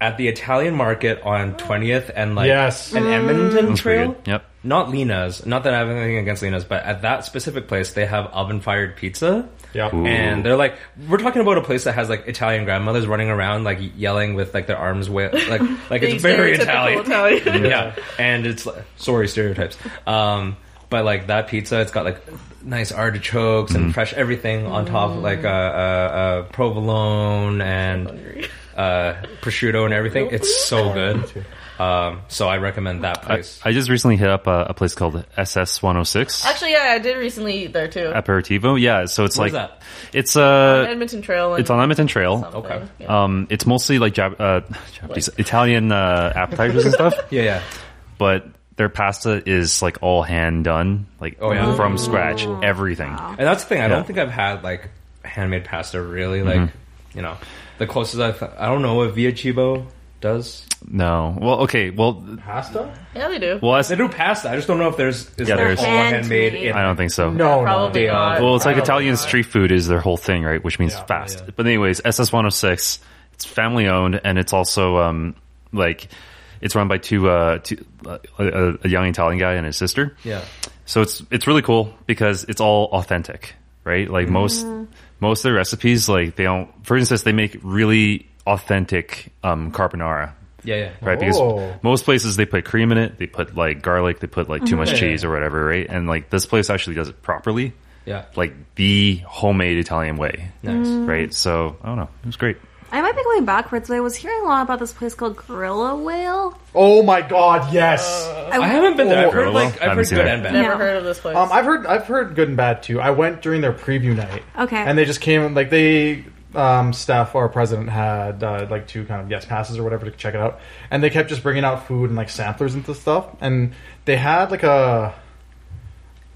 S5: At the Italian market on twentieth and like
S1: Yes.
S5: an Edmonton
S4: That's pretty
S5: Trail.
S4: good. Yep.
S5: Not Lena's. Not that I have anything against Lena's, but at that specific place, they have oven fired pizza.
S1: Yeah.
S4: Ooh.
S5: And they're like, we're talking about a place that has like Italian grandmothers running around, like yelling with like their arms,
S3: [laughs]
S5: wa- like like
S3: Being
S5: it's very Italian.
S3: stereotypical
S5: [laughs]
S3: Italian.
S5: yeah and it's like, sorry stereotypes um but like that pizza it's got like nice artichokes
S4: Mm-hmm.
S5: and fresh everything on top
S3: Mm.
S5: like uh, uh, uh provolone and uh prosciutto and everything it's
S3: [laughs]
S5: so good um so i recommend that
S4: I,
S5: place
S4: I just recently hit up a, a place called SS 106
S3: Actually, yeah, I did recently eat there too.
S4: Aperitivo. Yeah, so it's like
S5: Where's that?
S4: it's uh
S3: Edmonton Trail. And
S4: it's on Edmonton Trail.
S3: something.
S5: Okay.
S3: Yeah.
S4: Um, it's mostly like Jap- uh, Japanese, Italian uh, appetizers and stuff,
S5: yeah yeah
S4: but their pasta is like all hand done, like
S5: Oh, yeah?
S4: from scratch, everything.
S5: and that's the thing i
S4: Yeah. Mm-hmm.
S5: don't think i've had like handmade pasta really like you know the closest i've i don't know what via chibo does
S4: No, well, okay, well,
S1: Pasta?
S3: yeah, they do.
S4: well, that's,
S5: they do pasta i just don't know if there's is
S4: Yeah,
S5: there
S4: there's-
S5: all handmade in
S4: I don't think so.
S1: Oh, No, no.
S3: Probably
S5: They
S3: not.
S5: are-
S4: Well, it's like
S5: I don't
S4: Italian
S3: know.
S4: street food is their whole thing, right? Which means
S1: Yeah,
S4: fast.
S1: yeah.
S4: But anyways, SS 106, it's family owned and it's also um like it's run by two uh two, uh, a, a young Italian guy and his sister.
S5: yeah
S4: So it's it's really cool because it's all authentic, right? Like most most of their recipes like they don't for instance they make really authentic um carbonara
S5: yeah yeah
S4: right?
S1: Oh.
S4: Because most places they put cream in it, they put like garlic, they put like too much
S1: Mm-hmm.
S5: Yeah.
S4: cheese or whatever, right? And like this place actually does it properly,
S5: yeah
S4: like the homemade Italian way,
S5: nice
S4: right? So I don't know, it was great.
S2: [laughs] I might be going backwards, but I was hearing a lot about this place called Gorilla Whale.
S1: Oh my god, yes.
S5: I haven't been there. I've
S4: Gorilla?
S5: heard
S4: Oh, I
S5: like I've
S4: haven't
S5: heard
S4: seen
S5: good
S4: it.
S5: and bad.
S3: Never
S2: Yeah.
S3: heard of this place.
S1: Um, I've heard I've heard good and bad too. I went during their preview night.
S2: Okay.
S1: And they just came like they um, staff or president had uh, like two kind of guest passes or whatever to check it out, and they kept just bringing out food and like samplers and stuff. And they had like a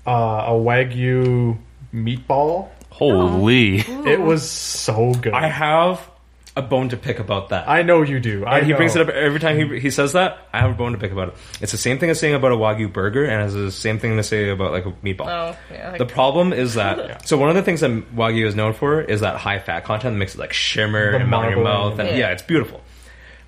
S1: uh, a wagyu meatball.
S4: Holy,
S1: It was so good.
S5: I
S1: I,
S5: have a bone to pick about that.
S1: know you do. I
S5: and he
S1: know. Mm.
S5: brings it up every time he, he says that. I have a bone to pick about it. It's the same thing as saying about a wagyu burger, and it's the same thing to say about like a meatball.
S3: Oh, yeah.
S5: The problem
S1: [laughs]
S5: is that so one of the things that wagyu is known for is that high fat content that makes it like shimmer
S1: The
S5: and melt in your
S1: marbling.
S5: mouth. And,
S3: Yeah.
S5: yeah. it's beautiful.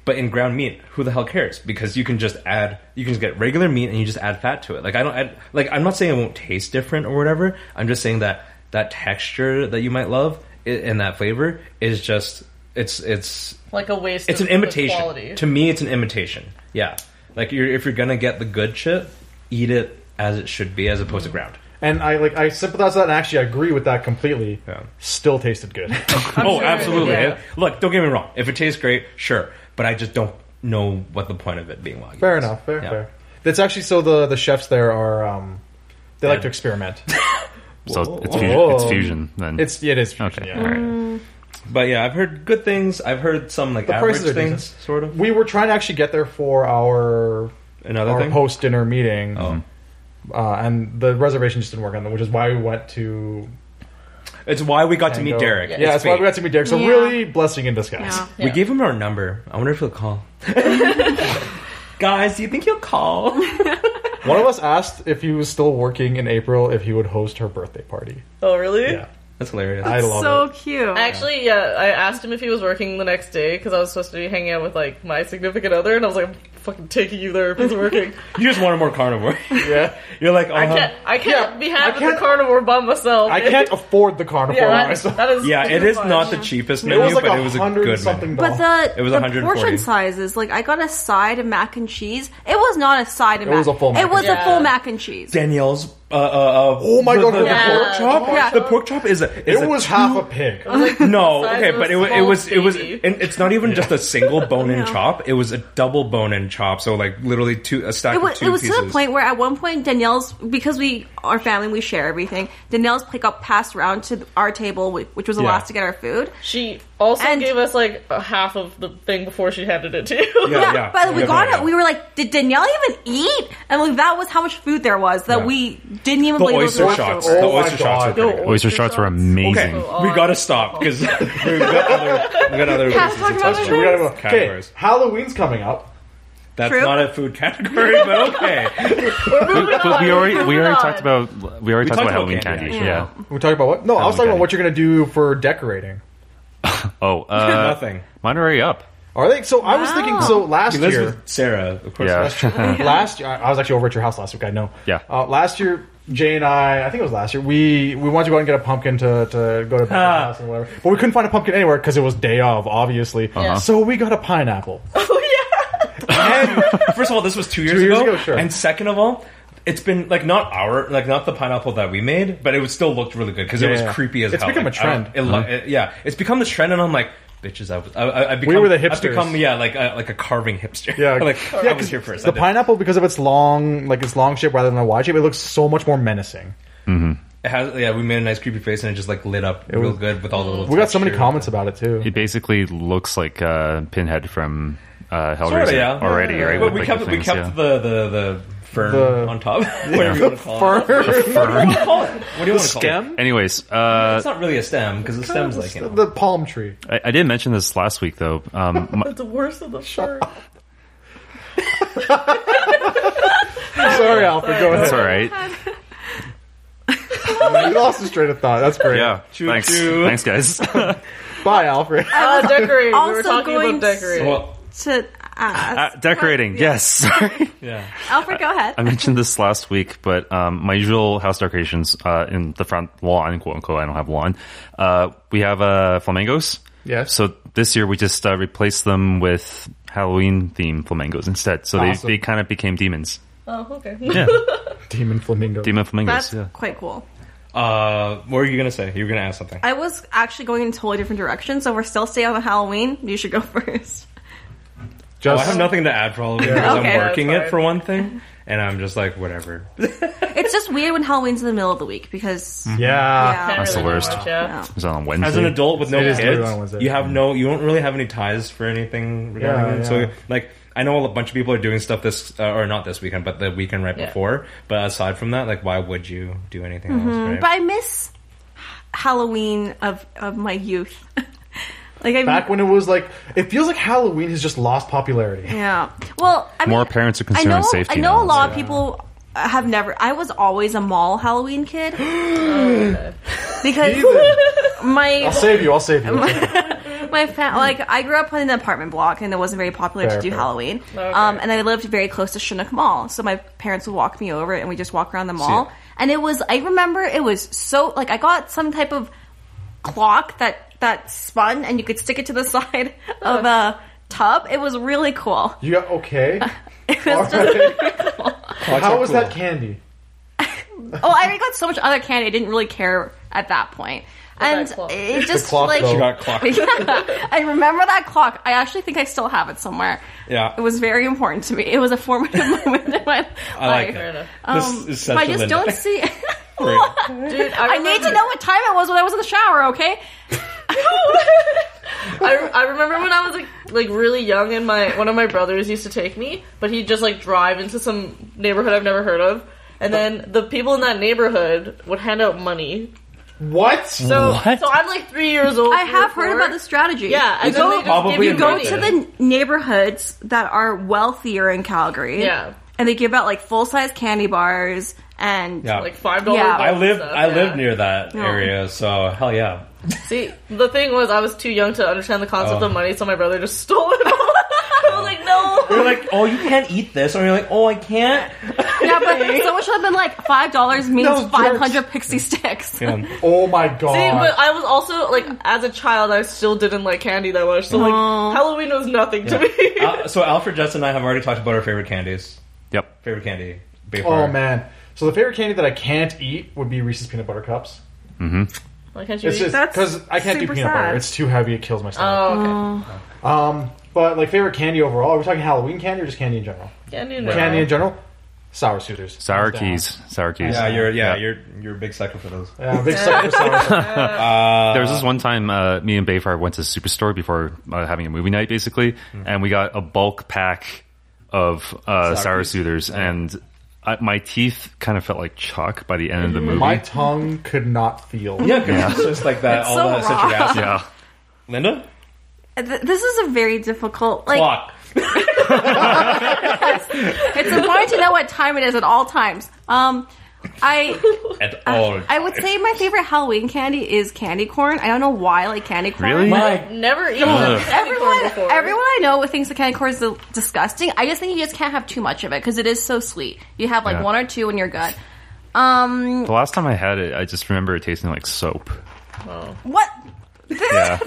S5: But in ground meat, who the hell cares? Because you can just add, you can just get regular meat and you just add fat to it. Like I don't, add, like I'm not saying it won't taste different or whatever. I'm just saying that that texture that you might love i- and that flavor is just it's it's
S3: like a waste.
S5: it's
S3: of
S5: an
S3: the
S5: imitation.
S3: Quality.
S5: To me, it's an imitation. Yeah. Like you're, if you're gonna get the good shit, eat it as it should be, as opposed to ground.
S1: And I like I sympathize with that and actually I agree with that completely.
S5: Yeah.
S1: Still tasted good. [laughs]
S5: oh, absolutely.
S3: yeah.
S5: Look, don't get me wrong. If it tastes great, sure, but I just don't know what the point of it being wagyu.
S1: fair
S5: is.
S1: enough. Fair,
S5: Yeah.
S1: fair. That's actually so the the chefs there are um they like
S5: Yeah.
S1: to experiment.
S4: So it's fusion,
S1: Whoa.
S4: it's fusion then.
S1: It's yeah, it is fusion,
S4: okay.
S1: yeah.
S4: All right.
S5: But yeah, I've heard good things. I've heard some like
S1: The
S5: average
S1: prices are
S5: things,
S1: decent.
S5: sort of.
S1: We were trying to actually get there for our
S5: Another
S1: our
S5: thing.
S1: post dinner meeting.
S5: Oh.
S1: Uh, and the reservation just didn't work on them, which is why we went to.
S5: It's why we got to meet
S1: Tango.
S5: Derek.
S1: Yeah,
S5: It's
S1: that's why we
S5: fate.
S1: got to meet Derek. So
S2: Yeah.
S1: really, blessing in disguise.
S2: Yeah.
S5: We gave him our number. I wonder if he'll call. Guys, do you think he'll call?
S1: One of us asked if he was still working in April if he would host her birthday party.
S3: Oh, really?
S1: Yeah,
S5: That's hilarious.
S1: I love
S2: so
S1: it.
S2: cute.
S3: Actually, yeah, I asked him if he was working the next day because I was supposed to be hanging out with like my significant other, and I was like, "I'm fucking taking you there if he's
S4: [laughs]
S3: working."
S5: you just wanted more carnivore. [laughs]
S1: Yeah,
S5: You're like, uh
S3: I can't, I can't
S1: Yeah,
S3: be
S1: I
S3: having
S1: can't-
S3: the carnivore by myself.
S1: I can't afford the carnivore.
S3: [laughs] yeah,
S1: on
S3: that,
S1: myself.
S3: that is
S5: Yeah, it
S3: fucking
S5: is
S3: fun.
S5: not the cheapest
S1: it
S5: menu,
S1: was like
S5: but it
S1: a
S5: was a
S1: hundred
S5: good
S1: something.
S5: menu.
S1: dollars.
S2: But the,
S5: It was
S2: the
S5: 140.
S2: portion sizes, like I got a side of mac and cheese. It was not a side of
S1: It
S2: mac.
S1: was a full mac
S2: It
S1: and
S2: was
S3: cheese.
S2: a full
S3: Yeah.
S2: mac and cheese.
S5: Danielle's. Uh, uh, uh,
S1: Oh my
S5: the,
S1: God,
S5: The,
S1: the
S5: the
S3: pork
S5: pork chop.
S2: chop? Yeah.
S5: The pork chop is a. Is
S1: it
S5: a
S1: was half a pig.
S5: [laughs] no,
S3: size
S5: okay,
S3: of a
S5: but it was it
S3: small
S5: was it was,
S3: baby.
S5: and it's not even just a single bone-in
S2: Yeah.
S5: chop. It was a double bone-in chop. So like literally two a stack
S2: It
S5: of
S2: was,
S5: two
S2: it was
S5: pieces.
S2: to the point where at one point Danielle's because we our family we share everything. Danielle's plate got passed around to our table, wh- which was the
S5: Yeah.
S2: last to get our food.
S3: She also
S2: And-
S3: gave us like a half of the thing before she handed it to you. [laughs]
S5: Yeah.
S2: Yeah, but we
S5: Yeah,
S2: got
S5: yeah.
S2: it. We were like, did Danielle even eat? And like that was how much food there was that
S5: Yeah.
S2: we didn't even
S5: the
S2: believe was
S5: oyster
S2: left
S5: shots.
S2: over.
S5: the
S1: Oh my
S5: oyster shots. Were
S1: God.
S5: pretty good.
S4: Oyster shots were amazing.
S5: Okay, we gotta stop
S2: [laughs]
S5: because [laughs] we got other we got other
S2: Can't
S5: reasons
S2: talk
S5: to
S2: about
S5: touch
S2: other
S5: on.
S1: We gotta go- Okay,
S5: Categories.
S1: Halloween's coming up.
S5: That's
S2: True.
S5: not a food category, but okay.
S4: But we already we already [laughs] talked about we already
S5: We
S4: talked about
S5: talked about
S4: Halloween
S5: candy,
S4: candy.
S5: actually.
S4: Yeah.
S1: We talking about what? No, I was talking about what you're gonna do for decorating.
S4: Oh, uh,
S5: [laughs] Nothing.
S4: mine are already up.
S1: Are they? So I was
S2: Wow.
S1: thinking. So last
S5: He lives
S1: year,
S5: with Sarah, of course.
S4: Yeah.
S5: that's true.
S1: [laughs] last year, I I was actually over at your house last week. I know.
S4: Yeah.
S1: Uh, last year, Jay and I, I think it was last year, we we wanted to go out and get a pumpkin to, to go to the
S5: Ah.
S1: house and whatever, but we couldn't find a pumpkin anywhere because it was day of, obviously.
S4: Uh-huh.
S1: So we got a pineapple.
S5: And first of all, this was two years,
S1: years
S5: ago.
S1: ago, sure.
S5: And second of all, it's been like not our like not the pineapple that we made, but it was still looked really good because
S1: Yeah,
S5: it was
S1: yeah.
S5: creepy as
S1: It's
S5: hell.
S1: become
S5: Like,
S1: a trend.
S5: I- it li-
S4: Mm-hmm.
S5: it- yeah, it's become this trend, and I'm like. Bitches, I was. I, I, I become,
S1: were the
S5: I've become,
S1: hipsters.
S5: yeah, like a, like a carving hipster.
S1: Yeah.
S5: [laughs] like
S1: Yeah,
S5: I was
S1: 'cause
S5: here first. I
S1: The
S5: did it.
S1: pineapple, because of its long, like its long shape rather than the wide shape, it looks so much more menacing.
S5: It has, yeah, we made a nice creepy face, and it just like lit up real
S1: was-
S5: good with all the little.
S1: We got so many
S5: texture.
S1: comments about it too.
S4: It basically looks like uh, Pinhead from uh, Hellraiser
S5: Sorta, yeah.
S4: already, right? With,
S5: But we
S4: like,
S5: kept
S4: the
S5: we
S4: things,
S5: kept
S4: yeah.
S5: the the the fern
S1: The-
S5: on top. [laughs] Whatever you want to call it.
S1: Fern.
S5: What do you call it? What do you want to call it?
S4: Anyways, uh,
S5: It's not really a stem because the stem's like you know.
S1: the palm tree.
S4: I, I did mention this last week though. Um, my,
S3: It's the worst of the shirt.
S1: Sorry, Alfred. Go
S4: that's
S5: [laughs]
S1: ahead.
S4: all right.
S1: You lost his train of thought. That's great.
S4: Yeah,
S5: Choo
S4: thanks,
S5: choo.
S4: thanks, guys. [laughs]
S1: Bye, Alfred.
S3: Uh, decorating. we
S2: Also
S3: were talking
S2: going
S3: about decorating.
S5: Well,
S2: [laughs] To ask.
S4: Uh, decorating, yes. [laughs] Sorry,
S5: yeah.
S2: Alfred, go ahead.
S4: I mentioned this last week, but um, my usual house decorations uh, in the front lawn, quote unquote. I don't have lawn. Uh, we have uh, flamingos.
S1: Yes.
S4: So this year we just uh, replaced them with Halloween themed flamingos instead. So
S1: Awesome.
S4: they, they kind of became demons.
S5: [laughs]
S3: oh, okay.
S4: Yeah,
S1: Demon flamingo.
S4: demon flamingos.
S2: That's
S4: yeah.
S2: quite cool.
S5: Uh, what were you gonna say? You were gonna ask something.
S2: I was actually going in a totally different direction, so we're still staying on Halloween. You should go [laughs] first.
S5: Oh,
S1: Just
S5: I have nothing to add probably because
S2: Okay,
S5: I'm
S2: that's
S5: working
S3: fine.
S5: it for one thing, and I'm just like
S1: [laughs]
S5: whatever.
S2: It's just weird when Halloween's in the middle of the week because
S4: Mm-hmm.
S1: Yeah.
S3: Can't
S4: That's the
S3: do
S4: worst.
S3: much, yeah.
S2: Yeah.
S4: It was on Wednesday.
S5: As an adult with no
S1: It is literally on
S5: kids,
S1: Wednesday.
S5: you have no, you don't really have any ties for anything regarding
S1: Yeah,
S5: it.
S1: yeah.
S5: So, like, I know a bunch of people are doing stuff this, uh, or not this weekend, but the weekend right
S3: Yeah.
S5: before. But aside from that, like, why would you do anything else? Right?
S2: But I miss Halloween of of my youth. [laughs] like I
S1: Back when it was like, it feels like Halloween has just lost popularity.
S2: yeah. Well, I mean,
S4: More parents are concerned
S2: I know,
S4: with safety
S2: I know a
S4: now,
S2: lot of people have never. I was always a mall Halloween
S4: [gasps]
S2: kid because
S1: [laughs]
S4: Oh.
S1: I'll
S2: my
S1: save you. I'll save you.
S2: my fa- like I grew up in an apartment block and it wasn't very popular
S1: Fair,
S2: to do
S1: fair.
S2: Halloween.
S3: Okay.
S2: Um, and I lived very close to Chinook Mall, so my parents would walk me over and we just walk around the mall. And it was I remember it was so like I got some type of clock that that spun [laughs] and you could stick it to the side of a tub. It was really cool.
S1: You got okay.
S2: [laughs]
S1: [laughs]
S2: It was just,
S1: How was
S5: [laughs]
S1: that candy?
S2: oh, I got so much other candy. I didn't really care at that point. And
S3: clock.
S2: it just
S1: clock,
S2: like
S1: though. She
S5: got clocked.
S2: yeah, I remember that clock. I actually think I still have it somewhere.
S5: Yeah.
S2: It was very important to me. It was a
S5: [laughs]
S2: formative moment in my life.
S5: I like
S3: Fair
S5: it.
S3: enough.
S5: This is such
S2: um, but I
S5: a
S2: just
S5: Linda.
S2: don't see.
S3: Dude, I,
S2: [laughs] I need to
S3: remember-
S2: know what time it was when I was in the shower.
S3: [laughs]
S2: Okay.
S3: I, I remember when I was like like really young, and my one of my brothers used to take me, but he'd just like drive into some neighborhood I've never heard of, and then the people in that neighborhood would hand out money.
S1: What?
S3: So,
S5: What?
S3: so I'm like three years old.
S2: I
S3: three or
S2: have heard
S3: four.
S2: about this strategy.
S3: Yeah, and then
S2: go-
S3: they just
S5: Probably
S3: give you
S5: in
S2: go
S3: money.
S2: to the neighborhoods that are wealthier in Calgary.
S3: Yeah.
S2: And they give out like full size candy bars and
S5: Yeah.
S3: like five dollars.
S2: Yeah.
S5: [laughs] I
S3: [laughs]
S5: lived I
S3: yeah.
S5: lived near that area, so hell yeah.
S3: See, the thing was, I was too young to understand the concept
S5: Oh.
S3: of money, so my brother just [laughs] stole it. all. I was like, no.
S5: You're like, oh, you can't eat this, or you're like, oh, I can't.
S2: [laughs] Yeah, but someone should have been like five dollars means
S5: No jokes.
S2: five hundred pixie sticks.
S1: Oh my god.
S3: See, but I was also like, as a child, I still didn't like candy that much. So like,
S2: Aw.
S3: Halloween was nothing to me.
S5: Al- Uh, so Alfred, Justin, and I have already talked about our favorite candies.
S4: Yep.
S5: Favorite candy.
S1: oh man. So the favorite candy that I can't eat would be Reese's peanut butter cups.
S3: Why can't you?
S1: It's
S3: eat
S1: just
S2: That's
S1: because I can't do
S2: super
S1: peanut butter.
S2: sad.
S1: It's too heavy. It kills my stomach.
S3: Oh, okay.
S1: Um, but like favorite candy overall, are we talking Halloween candy or just candy in general?
S4: Oh.
S3: Candy in
S1: Candy
S3: general.
S1: in general. Sour Soothers.
S4: Uh, Sour
S1: Hands down.
S4: keys. Sour keys.
S5: Yeah, you're yeah,
S4: Yeah.
S5: you're you're a big sucker for those.
S1: Yeah, I'm a big sucker for sour. Soothers.
S5: Uh,
S4: There was this one time uh, me and Bayfar went to the superstore before uh, having a movie night, basically, and we got a bulk pack of uh,
S5: Sour
S4: sour
S5: Keys.
S4: soothers, and I, my teeth kind of felt like chalk by the end of the movie.
S1: My tongue could not feel.
S5: yeah, 'cause it's just like that. all
S2: so
S5: that
S2: raw.
S5: citric acid.
S4: yeah,
S5: Linda,
S2: Th- This is a very difficult. Like
S5: clock.
S2: it's important to know what time it is at all times. Um, I
S5: At all.
S2: I would say my favorite Halloween candy is candy corn. I don't know why I like candy corn.
S4: Really?
S5: my
S3: Never eaten candy corn
S2: Everyone,
S3: before.
S2: everyone I know thinks the candy corn is di- disgusting. I just think you just can't have too much of it because it is so sweet. You have like
S4: Yeah.
S2: one or two and you're good. Um,
S4: the last time I had it, I just remember it tasting like soap.
S2: what?
S4: Yeah,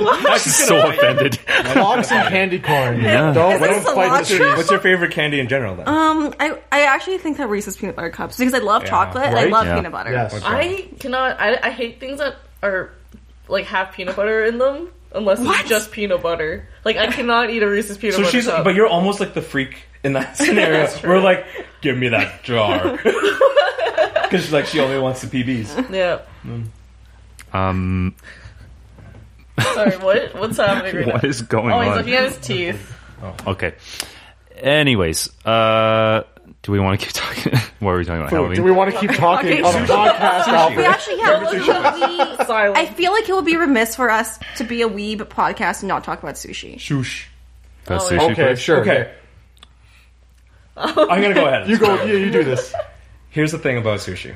S4: I'm so offended.
S1: Fox and candy corn.
S4: Yeah.
S1: Don't,
S2: Is this
S1: don't fight the
S2: cilantro?
S1: trees.
S5: What's your favorite candy in general then?
S2: Um, I I actually think that Reese's peanut butter cups because I love chocolate and I
S5: right?
S2: love
S4: Yeah.
S2: peanut butter.
S1: Yes.
S3: I cannot. I, I hate things that are like have peanut butter in them, unless
S2: What?
S3: it's just peanut butter. Like I cannot eat a Reese's peanut
S5: so
S3: butter.
S5: she's,
S3: cup.
S5: but you're almost like the freak in that [laughs] scenario. We're like, give me that jar,
S2: [laughs]
S5: because like she only wants the PBs.
S3: yeah.
S4: Um,
S3: Sorry, what? What's happening right
S4: [laughs] what
S3: now?
S4: is going
S3: Oh, he's looking
S4: on?
S3: at his teeth.
S4: Okay. Anyways, uh, do we want to keep talking? [laughs] what were we talking about? Halloween.
S1: Do we want to keep talking on a podcast,
S2: We
S1: Alfred?
S2: actually have a wee-
S3: Silence.
S2: I feel like it would be remiss for us to be a weeb podcast and not talk about sushi.
S5: Shoosh.
S4: That's
S3: Oh,
S4: sushi
S3: yeah.
S1: Okay,
S4: first?
S1: sure.
S2: [laughs]
S5: Okay.
S2: Oh,
S5: I'm gonna go ahead.
S1: You go. You, you do this.
S5: Here's the thing about sushi.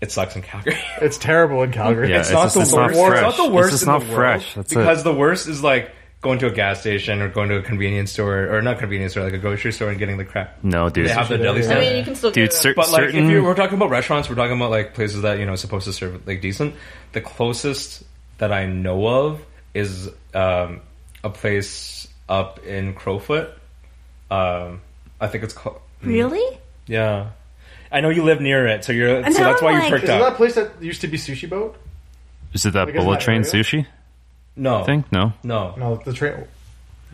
S5: It sucks in Calgary. [laughs]
S1: It's terrible in Calgary.
S4: Yeah,
S5: It's, not,
S4: just-
S5: the
S4: it's
S5: worst.
S4: fresh.
S5: It's not the worst.
S4: It's just
S5: in
S4: not
S5: the world
S4: fresh. That's
S5: because
S4: it.
S5: the worst is like going to a gas station or going to a convenience store or not convenience store, like a grocery store and getting the crap.
S4: No, dude.
S5: They have the deli
S3: I
S5: stand.
S3: mean, you can still
S4: Dude,
S3: get it.
S4: cer-
S5: But like,
S4: certain
S5: if you, we're talking about restaurants, we're talking about like places that you know supposed to serve like decent. The closest that I know of is um, a place up in Crowfoot. Um, I think it's called. hmm.
S2: Really?
S5: Yeah, I know you live near it, so you're.
S2: And
S5: so
S2: now
S5: that's why
S2: I'm
S5: you
S2: like-
S5: freaked
S1: Isn't that
S5: out.
S1: place that used to be Sushi Boat?
S4: Is it that
S1: Like, isn't
S4: bullet
S1: that
S4: train
S1: area?
S4: sushi
S5: No,
S4: thing? No.
S5: no,
S1: No, the train.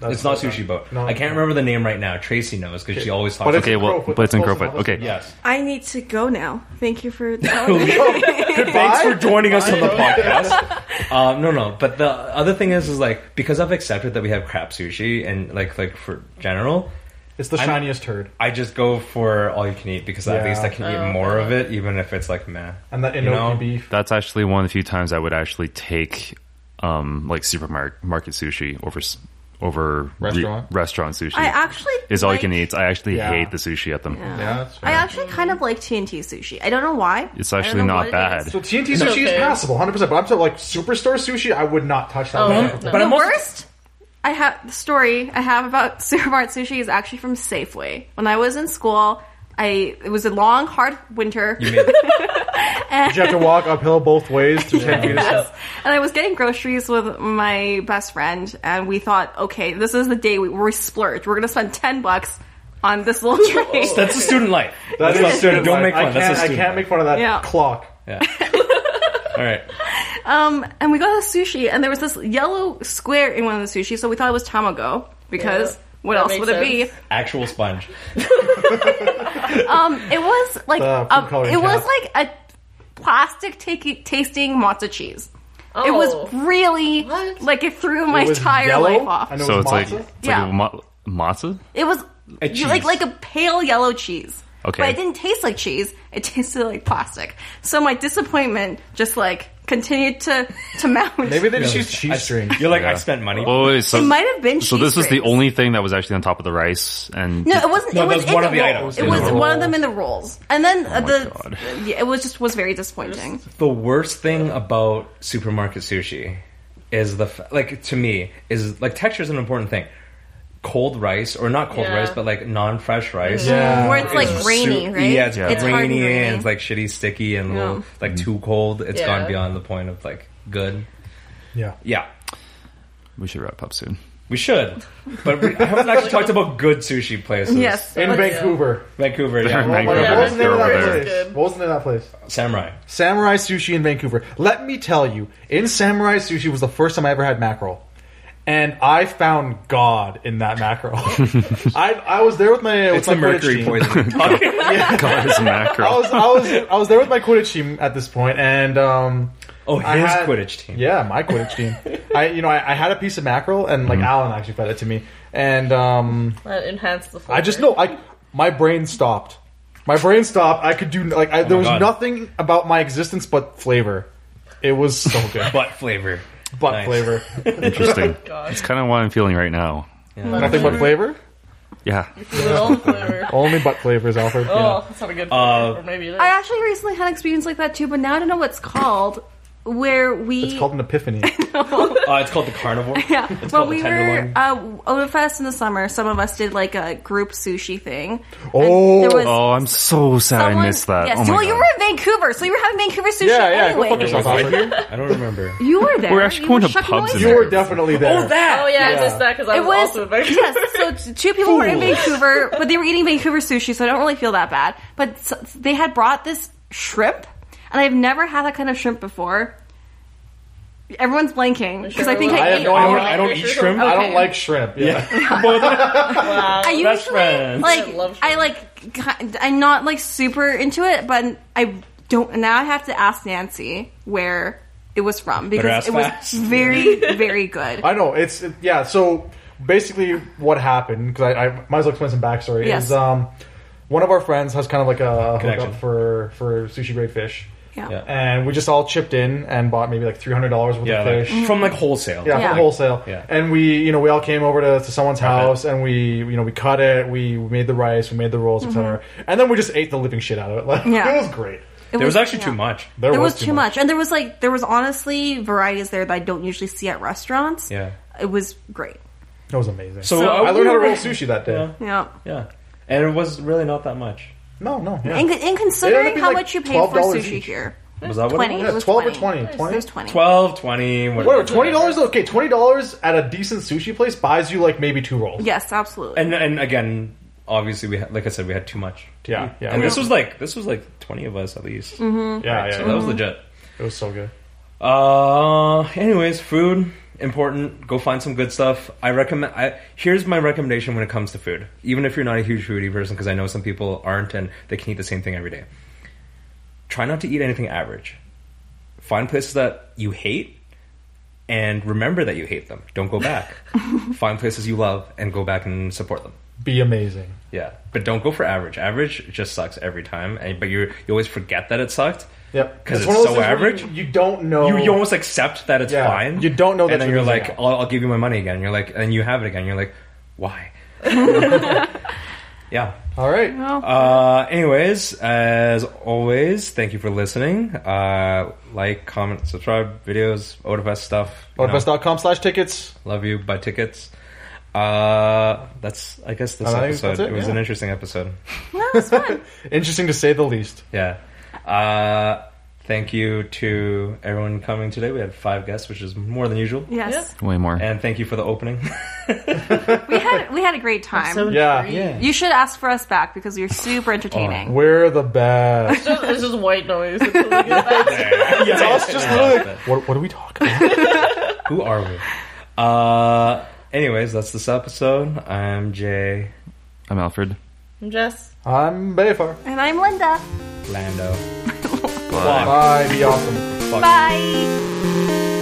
S1: That's
S5: It's not sushi boat.
S1: No.
S5: I can't remember the name right now. Tracy knows because she always talks.
S1: But
S5: about
S1: it's
S4: Okay,
S1: in
S4: well,
S1: Crowfoot.
S4: but it's in
S1: Close
S4: Crowfoot.
S1: enough.
S4: Okay.
S5: it. yes.
S2: I need to go now. Thank you
S4: [laughs]
S2: for telling me.
S5: Thanks for joining
S1: [laughs]
S5: us on the
S1: Bye.
S5: podcast. um, no, no. But the other thing is, is like because I've accepted that we have crap sushi and like like for general,
S1: It's the
S5: I'm-
S1: shiniest turd,
S5: I just go for all you can eat because at
S1: Yeah.
S5: least I can eat more of it, even if it's like meh.
S1: and that
S5: You
S1: Inoki
S5: know?
S1: beef.
S4: That's actually one of the few times I would actually take um like supermarket market sushi over s- over re-
S1: Restaurant?
S4: restaurant sushi.
S2: I actually
S4: is all
S2: like-
S4: you can eat. I actually
S1: Yeah.
S4: hate the sushi at them.
S1: Yeah, that's
S2: I actually kind of like TNT sushi. I don't know why.
S4: It's
S2: I don't
S4: actually
S2: know
S4: not
S2: what it
S4: bad.
S2: is.
S1: So TNT sushi is
S3: okay.
S1: passable, hundred percent. But I'm talking like superstore sushi. I would not touch that.
S3: Oh,
S1: one.
S3: no.
S5: [laughs] But
S2: The
S5: I'm also-
S2: worst I have the story I have about [laughs] Supermart sushi is actually from Safeway. When I was in school, I it was a long, hard winter,
S1: Did you have to walk uphill both ways to ten [laughs] feet? of-
S2: and I was getting groceries with my best friend, and we thought, okay, this is the day we, we splurge. We're gonna spend ten bucks on this little train.
S5: That's a student life.
S1: That
S5: That's
S1: is
S5: a student. Don't make
S1: I
S5: fun.
S1: can't,
S5: That's a student.
S1: I can't make fun of that
S2: Yeah.
S1: clock.
S5: life. All right.
S2: Um, and we got a sushi, and there was this yellow square in one of the sushi, so we thought it was tamago because
S3: Yeah,
S2: what
S3: that
S2: else
S3: makes
S2: would it be?
S3: sense.
S5: Actual sponge.
S2: Um, it was like
S1: The food
S2: a-
S1: coloring
S2: it was
S1: cap.
S2: like a plastic ta- tasting matzo cheese.
S3: Oh.
S2: It was really
S3: What?
S2: like it threw my
S1: It was
S2: entire
S1: yellow,
S2: life off.
S1: and it
S4: So
S1: was
S4: it's like,
S1: matzo?
S4: it's
S2: Yeah.
S4: like a ma- matzo.
S2: It was
S5: A
S2: you- like
S5: cheese.
S2: like a pale yellow cheese.
S4: Okay.
S2: But it didn't taste like cheese. It [laughs] tasted like plastic. So my disappointment just like continued to to [laughs] mount.
S1: Maybe they just
S5: Yeah.
S1: use cheese string.
S5: You're like,
S4: Yeah.
S5: I spent money.
S4: Oh, wait, so
S2: It might have been
S4: So
S2: cheese
S4: this was the
S2: rings.
S4: only thing that was actually on top of the rice, and
S2: No, it wasn't.
S5: No,
S2: it
S5: that
S2: was
S5: was
S2: in
S5: one
S2: the
S5: of the
S2: rolls.
S5: items.
S2: It
S5: In
S2: was
S5: the
S2: one of
S1: rolls.
S2: them in the rolls, and then uh,
S4: my
S2: the
S4: God.
S2: yeah, it was just was very disappointing.
S5: the worst thing about supermarket sushi is the f- like to me is like texture is an important thing. Cold rice or not cold
S3: Yeah.
S5: rice, but like non-fresh rice.
S1: Yeah.
S2: Where Mm-hmm. it's like
S5: It's
S2: grainy,
S5: su-
S2: right?
S5: Yeah, it's
S4: Yeah. It's
S5: grainy
S2: hard and
S5: and,
S2: grainy.
S5: it's like shitty, sticky, and a
S2: Yeah.
S5: little like too cold. It's
S3: Yeah.
S5: gone beyond the point of like good.
S1: Yeah.
S5: Yeah,
S4: we should wrap up soon. [laughs]
S5: we should, but we I haven't actually talked about good sushi places.
S2: yes,
S1: In
S2: but-
S1: Vancouver.
S5: Vancouver,
S4: They're
S5: yeah,
S4: in Vancouver.
S1: what was the name of
S4: They're
S1: that
S4: over
S1: place?
S3: there.
S1: What was the name of that place?
S5: Samurai.
S1: Samurai Sushi in Vancouver. Let me tell you, in Samurai Sushi was the first time I ever had mackerel. And I found God in that mackerel. [laughs] I, I was there with my. uh, With
S5: It's
S1: my
S5: the mercury
S1: Quidditch team. [laughs]
S5: poison.
S4: God, it's a
S1: I
S4: mackerel.
S1: was, I was I was there with my Quidditch team at this point, and um,
S5: Oh,
S1: I
S5: his
S1: had-
S5: Quidditch team.
S1: Yeah, my Quidditch team.
S5: [laughs]
S1: I you know I, I had a piece of mackerel, and like
S5: Mm-hmm.
S1: Alan actually fed it to me, and um,
S3: That enhanced the flavor.
S1: I just know I my brain stopped. My brain stopped. I could do like I, there was
S5: Oh God.
S1: nothing about my existence but flavor. It was so
S5: [laughs]
S1: good,
S5: butt flavor.
S1: but
S5: Nice.
S1: flavor,
S4: Interesting.
S3: God.
S4: It's kind of what I'm feeling right now.
S1: nothing but flavor.
S4: Yeah,
S3: Little
S1: [laughs]
S3: flavor.
S1: Only butt flavors, Alfred.
S3: Oh, that's not a good flavor.
S5: Uh,
S3: or maybe it is.
S2: I actually recently had an experience like that too, but now I don't know what's called. Where we
S1: It's
S2: [laughs]
S1: called [laughs] an epiphany.
S5: Uh, it's called the carnivore.
S2: yeah, when
S5: called
S2: we were
S5: the tenderloin.
S2: uh, Odafest in the summer, some of us did like a group sushi thing.
S1: Oh.
S2: there was
S4: Oh, I'm so sad
S2: someone-
S4: I missed that.
S2: Yes,
S4: oh my
S2: well,
S4: God.
S2: you were in Vancouver, so you were having Vancouver sushi
S1: Yeah, yeah. Go
S2: anyway.
S1: fuck yourself,
S5: Right
S1: Alfred.
S5: here? I don't
S1: [laughs]
S5: remember.
S2: you were there.
S4: We're actually
S2: You
S4: going
S2: were
S4: to
S2: chucking
S4: pubs
S2: noises.
S4: in
S1: You were definitely there.
S5: that.
S3: Oh yeah,
S1: Yeah.
S3: I missed that because I
S2: It
S3: was,
S2: was
S3: also in Vancouver. [laughs]
S2: yes. So t- two people were in Vancouver, but they were eating Vancouver sushi, so I don't really feel that bad. But s they had brought this shrimp, and I've never had that kind of shrimp before. Everyone's blanking because I think
S3: Sure,
S1: I
S2: I, ate
S1: have no idea.
S2: all of
S1: I
S2: it.
S3: [laughs]
S1: don't eat shrimp.
S3: Oh,
S1: I don't
S2: Okay.
S1: like shrimp. Yeah.
S2: I
S5: Best
S2: usually
S5: friends.
S2: like
S3: I love
S2: I
S3: shrimp.
S2: like ki- I'm not like super into it, but I don't. Now I have to ask Nancy where it was from because
S5: ask
S2: it was
S5: fast.
S2: very
S3: [laughs]
S2: very good.
S1: I know it's it- yeah. So basically, what happened? Because I, I might as well explain some backstory.
S2: Yes.
S1: Is um, one of our friends has kind of like a
S5: Connection.
S1: hookup for for sushi grade fish,
S5: Yeah.
S1: and we just all chipped in and bought maybe like three hundred dollars worth
S5: Yeah,
S1: of
S5: like,
S1: fish.
S5: from like wholesale.
S1: yeah,
S2: Mm-hmm. Yeah.
S1: from wholesale.
S5: Yeah.
S1: And we, you know, we all came over to, to someone's
S5: Right.
S1: house and we, you know, we cut it, we, we made the rice, we made the rolls, etc. And then we just ate the living shit out of it. [laughs] Like
S2: Mm-hmm. Yeah.
S1: it was great.
S2: It
S5: There was actually
S2: yeah.
S5: too much.
S1: There,
S2: There was, too much. and there was like there was honestly varieties there that I don't usually see at restaurants.
S5: Yeah.
S2: it was great.
S1: It was amazing.
S5: So, uh,
S1: I learned how to
S5: we-
S1: roll sushi that day.
S5: Yeah.
S2: Yeah,
S5: Yeah. And it was really not that much.
S1: No, no. Yeah.
S2: and, and considering
S1: be,
S2: how
S1: like,
S2: much you pay for
S1: $12
S2: sushi
S1: each.
S2: here,
S5: Was that what it
S2: twenty.
S5: was?
S1: Yeah,
S2: it was
S1: 12 or
S2: 20.
S1: 20, 20?
S2: It was twenty.
S5: 12, 20, whatever.
S1: Whatever, twenty dollars. Okay, twenty dollars at a decent sushi place buys you like maybe two rolls.
S2: Yes, absolutely.
S5: And and again, obviously we had, like I said, we had too much.
S1: Yeah, yeah.
S5: And this was like this was like 20 of us at least.
S1: yeah, yeah.
S5: So
S1: yeah.
S5: that was legit.
S1: It was so good.
S5: Uh anyways, food important. Go find some good stuff. I recommend I here's my recommendation when it comes to food. Even if you're not a huge foodie person because I know some people aren't and they can eat the same thing every day. Try not to eat anything average. Find places that you hate and remember that you hate them. Don't go back. find places you love and go back and support them.
S1: Be amazing.
S5: Yeah, but don't go for average. Average just sucks every time, and but you you always forget that it sucked.
S1: Yep.
S5: because
S1: one of
S5: it's
S1: those
S5: so
S1: things where
S5: average.
S1: You,
S5: You,
S1: you don't know.
S5: you, almost accept that it's
S1: Yeah.
S5: fine.
S1: You don't know that
S5: and then
S1: you're
S5: you're
S1: losing
S5: like,
S1: out.
S5: I'll, I'll give you my money again. You're like, and you have it again. You're like,
S1: [laughs]
S5: why? yeah.
S1: All right.
S2: Well,
S5: Uh, anyways, as always, thank you for listening. Uh, like, comment, subscribe, videos, OdaFest stuff. you know.
S1: Odfest.com slash tickets.
S5: Love you. Buy tickets. Uh, that's I guess this
S1: I think
S5: episode.
S1: that's it,
S5: It, was
S1: yeah.
S5: an interesting episode.
S1: [laughs]
S2: no, it was fun.
S1: Interesting to say the least.
S5: Yeah. Uh, Thank you to everyone coming today. We had five guests, which is more than usual.
S2: Yes,
S4: Way more.
S5: And thank you for the opening. [laughs]
S2: we had we had a great time.
S3: So
S1: Yeah.
S3: great.
S5: Yeah.
S2: you should ask for us back because you're super entertaining.
S1: We're the [laughs] best.
S3: It's just- [laughs] It's just white noise. until we get back.
S1: it's us just literally. What, what are we talking about?
S5: Who are we? Uh, anyways, that's this episode. I'm Jay
S4: I'm Alfred.
S3: I'm Jess.
S1: [laughs] I'm Bayfar.
S2: and I'm Linda.
S5: Lando.
S1: Bye. Be awesome.
S2: Bye.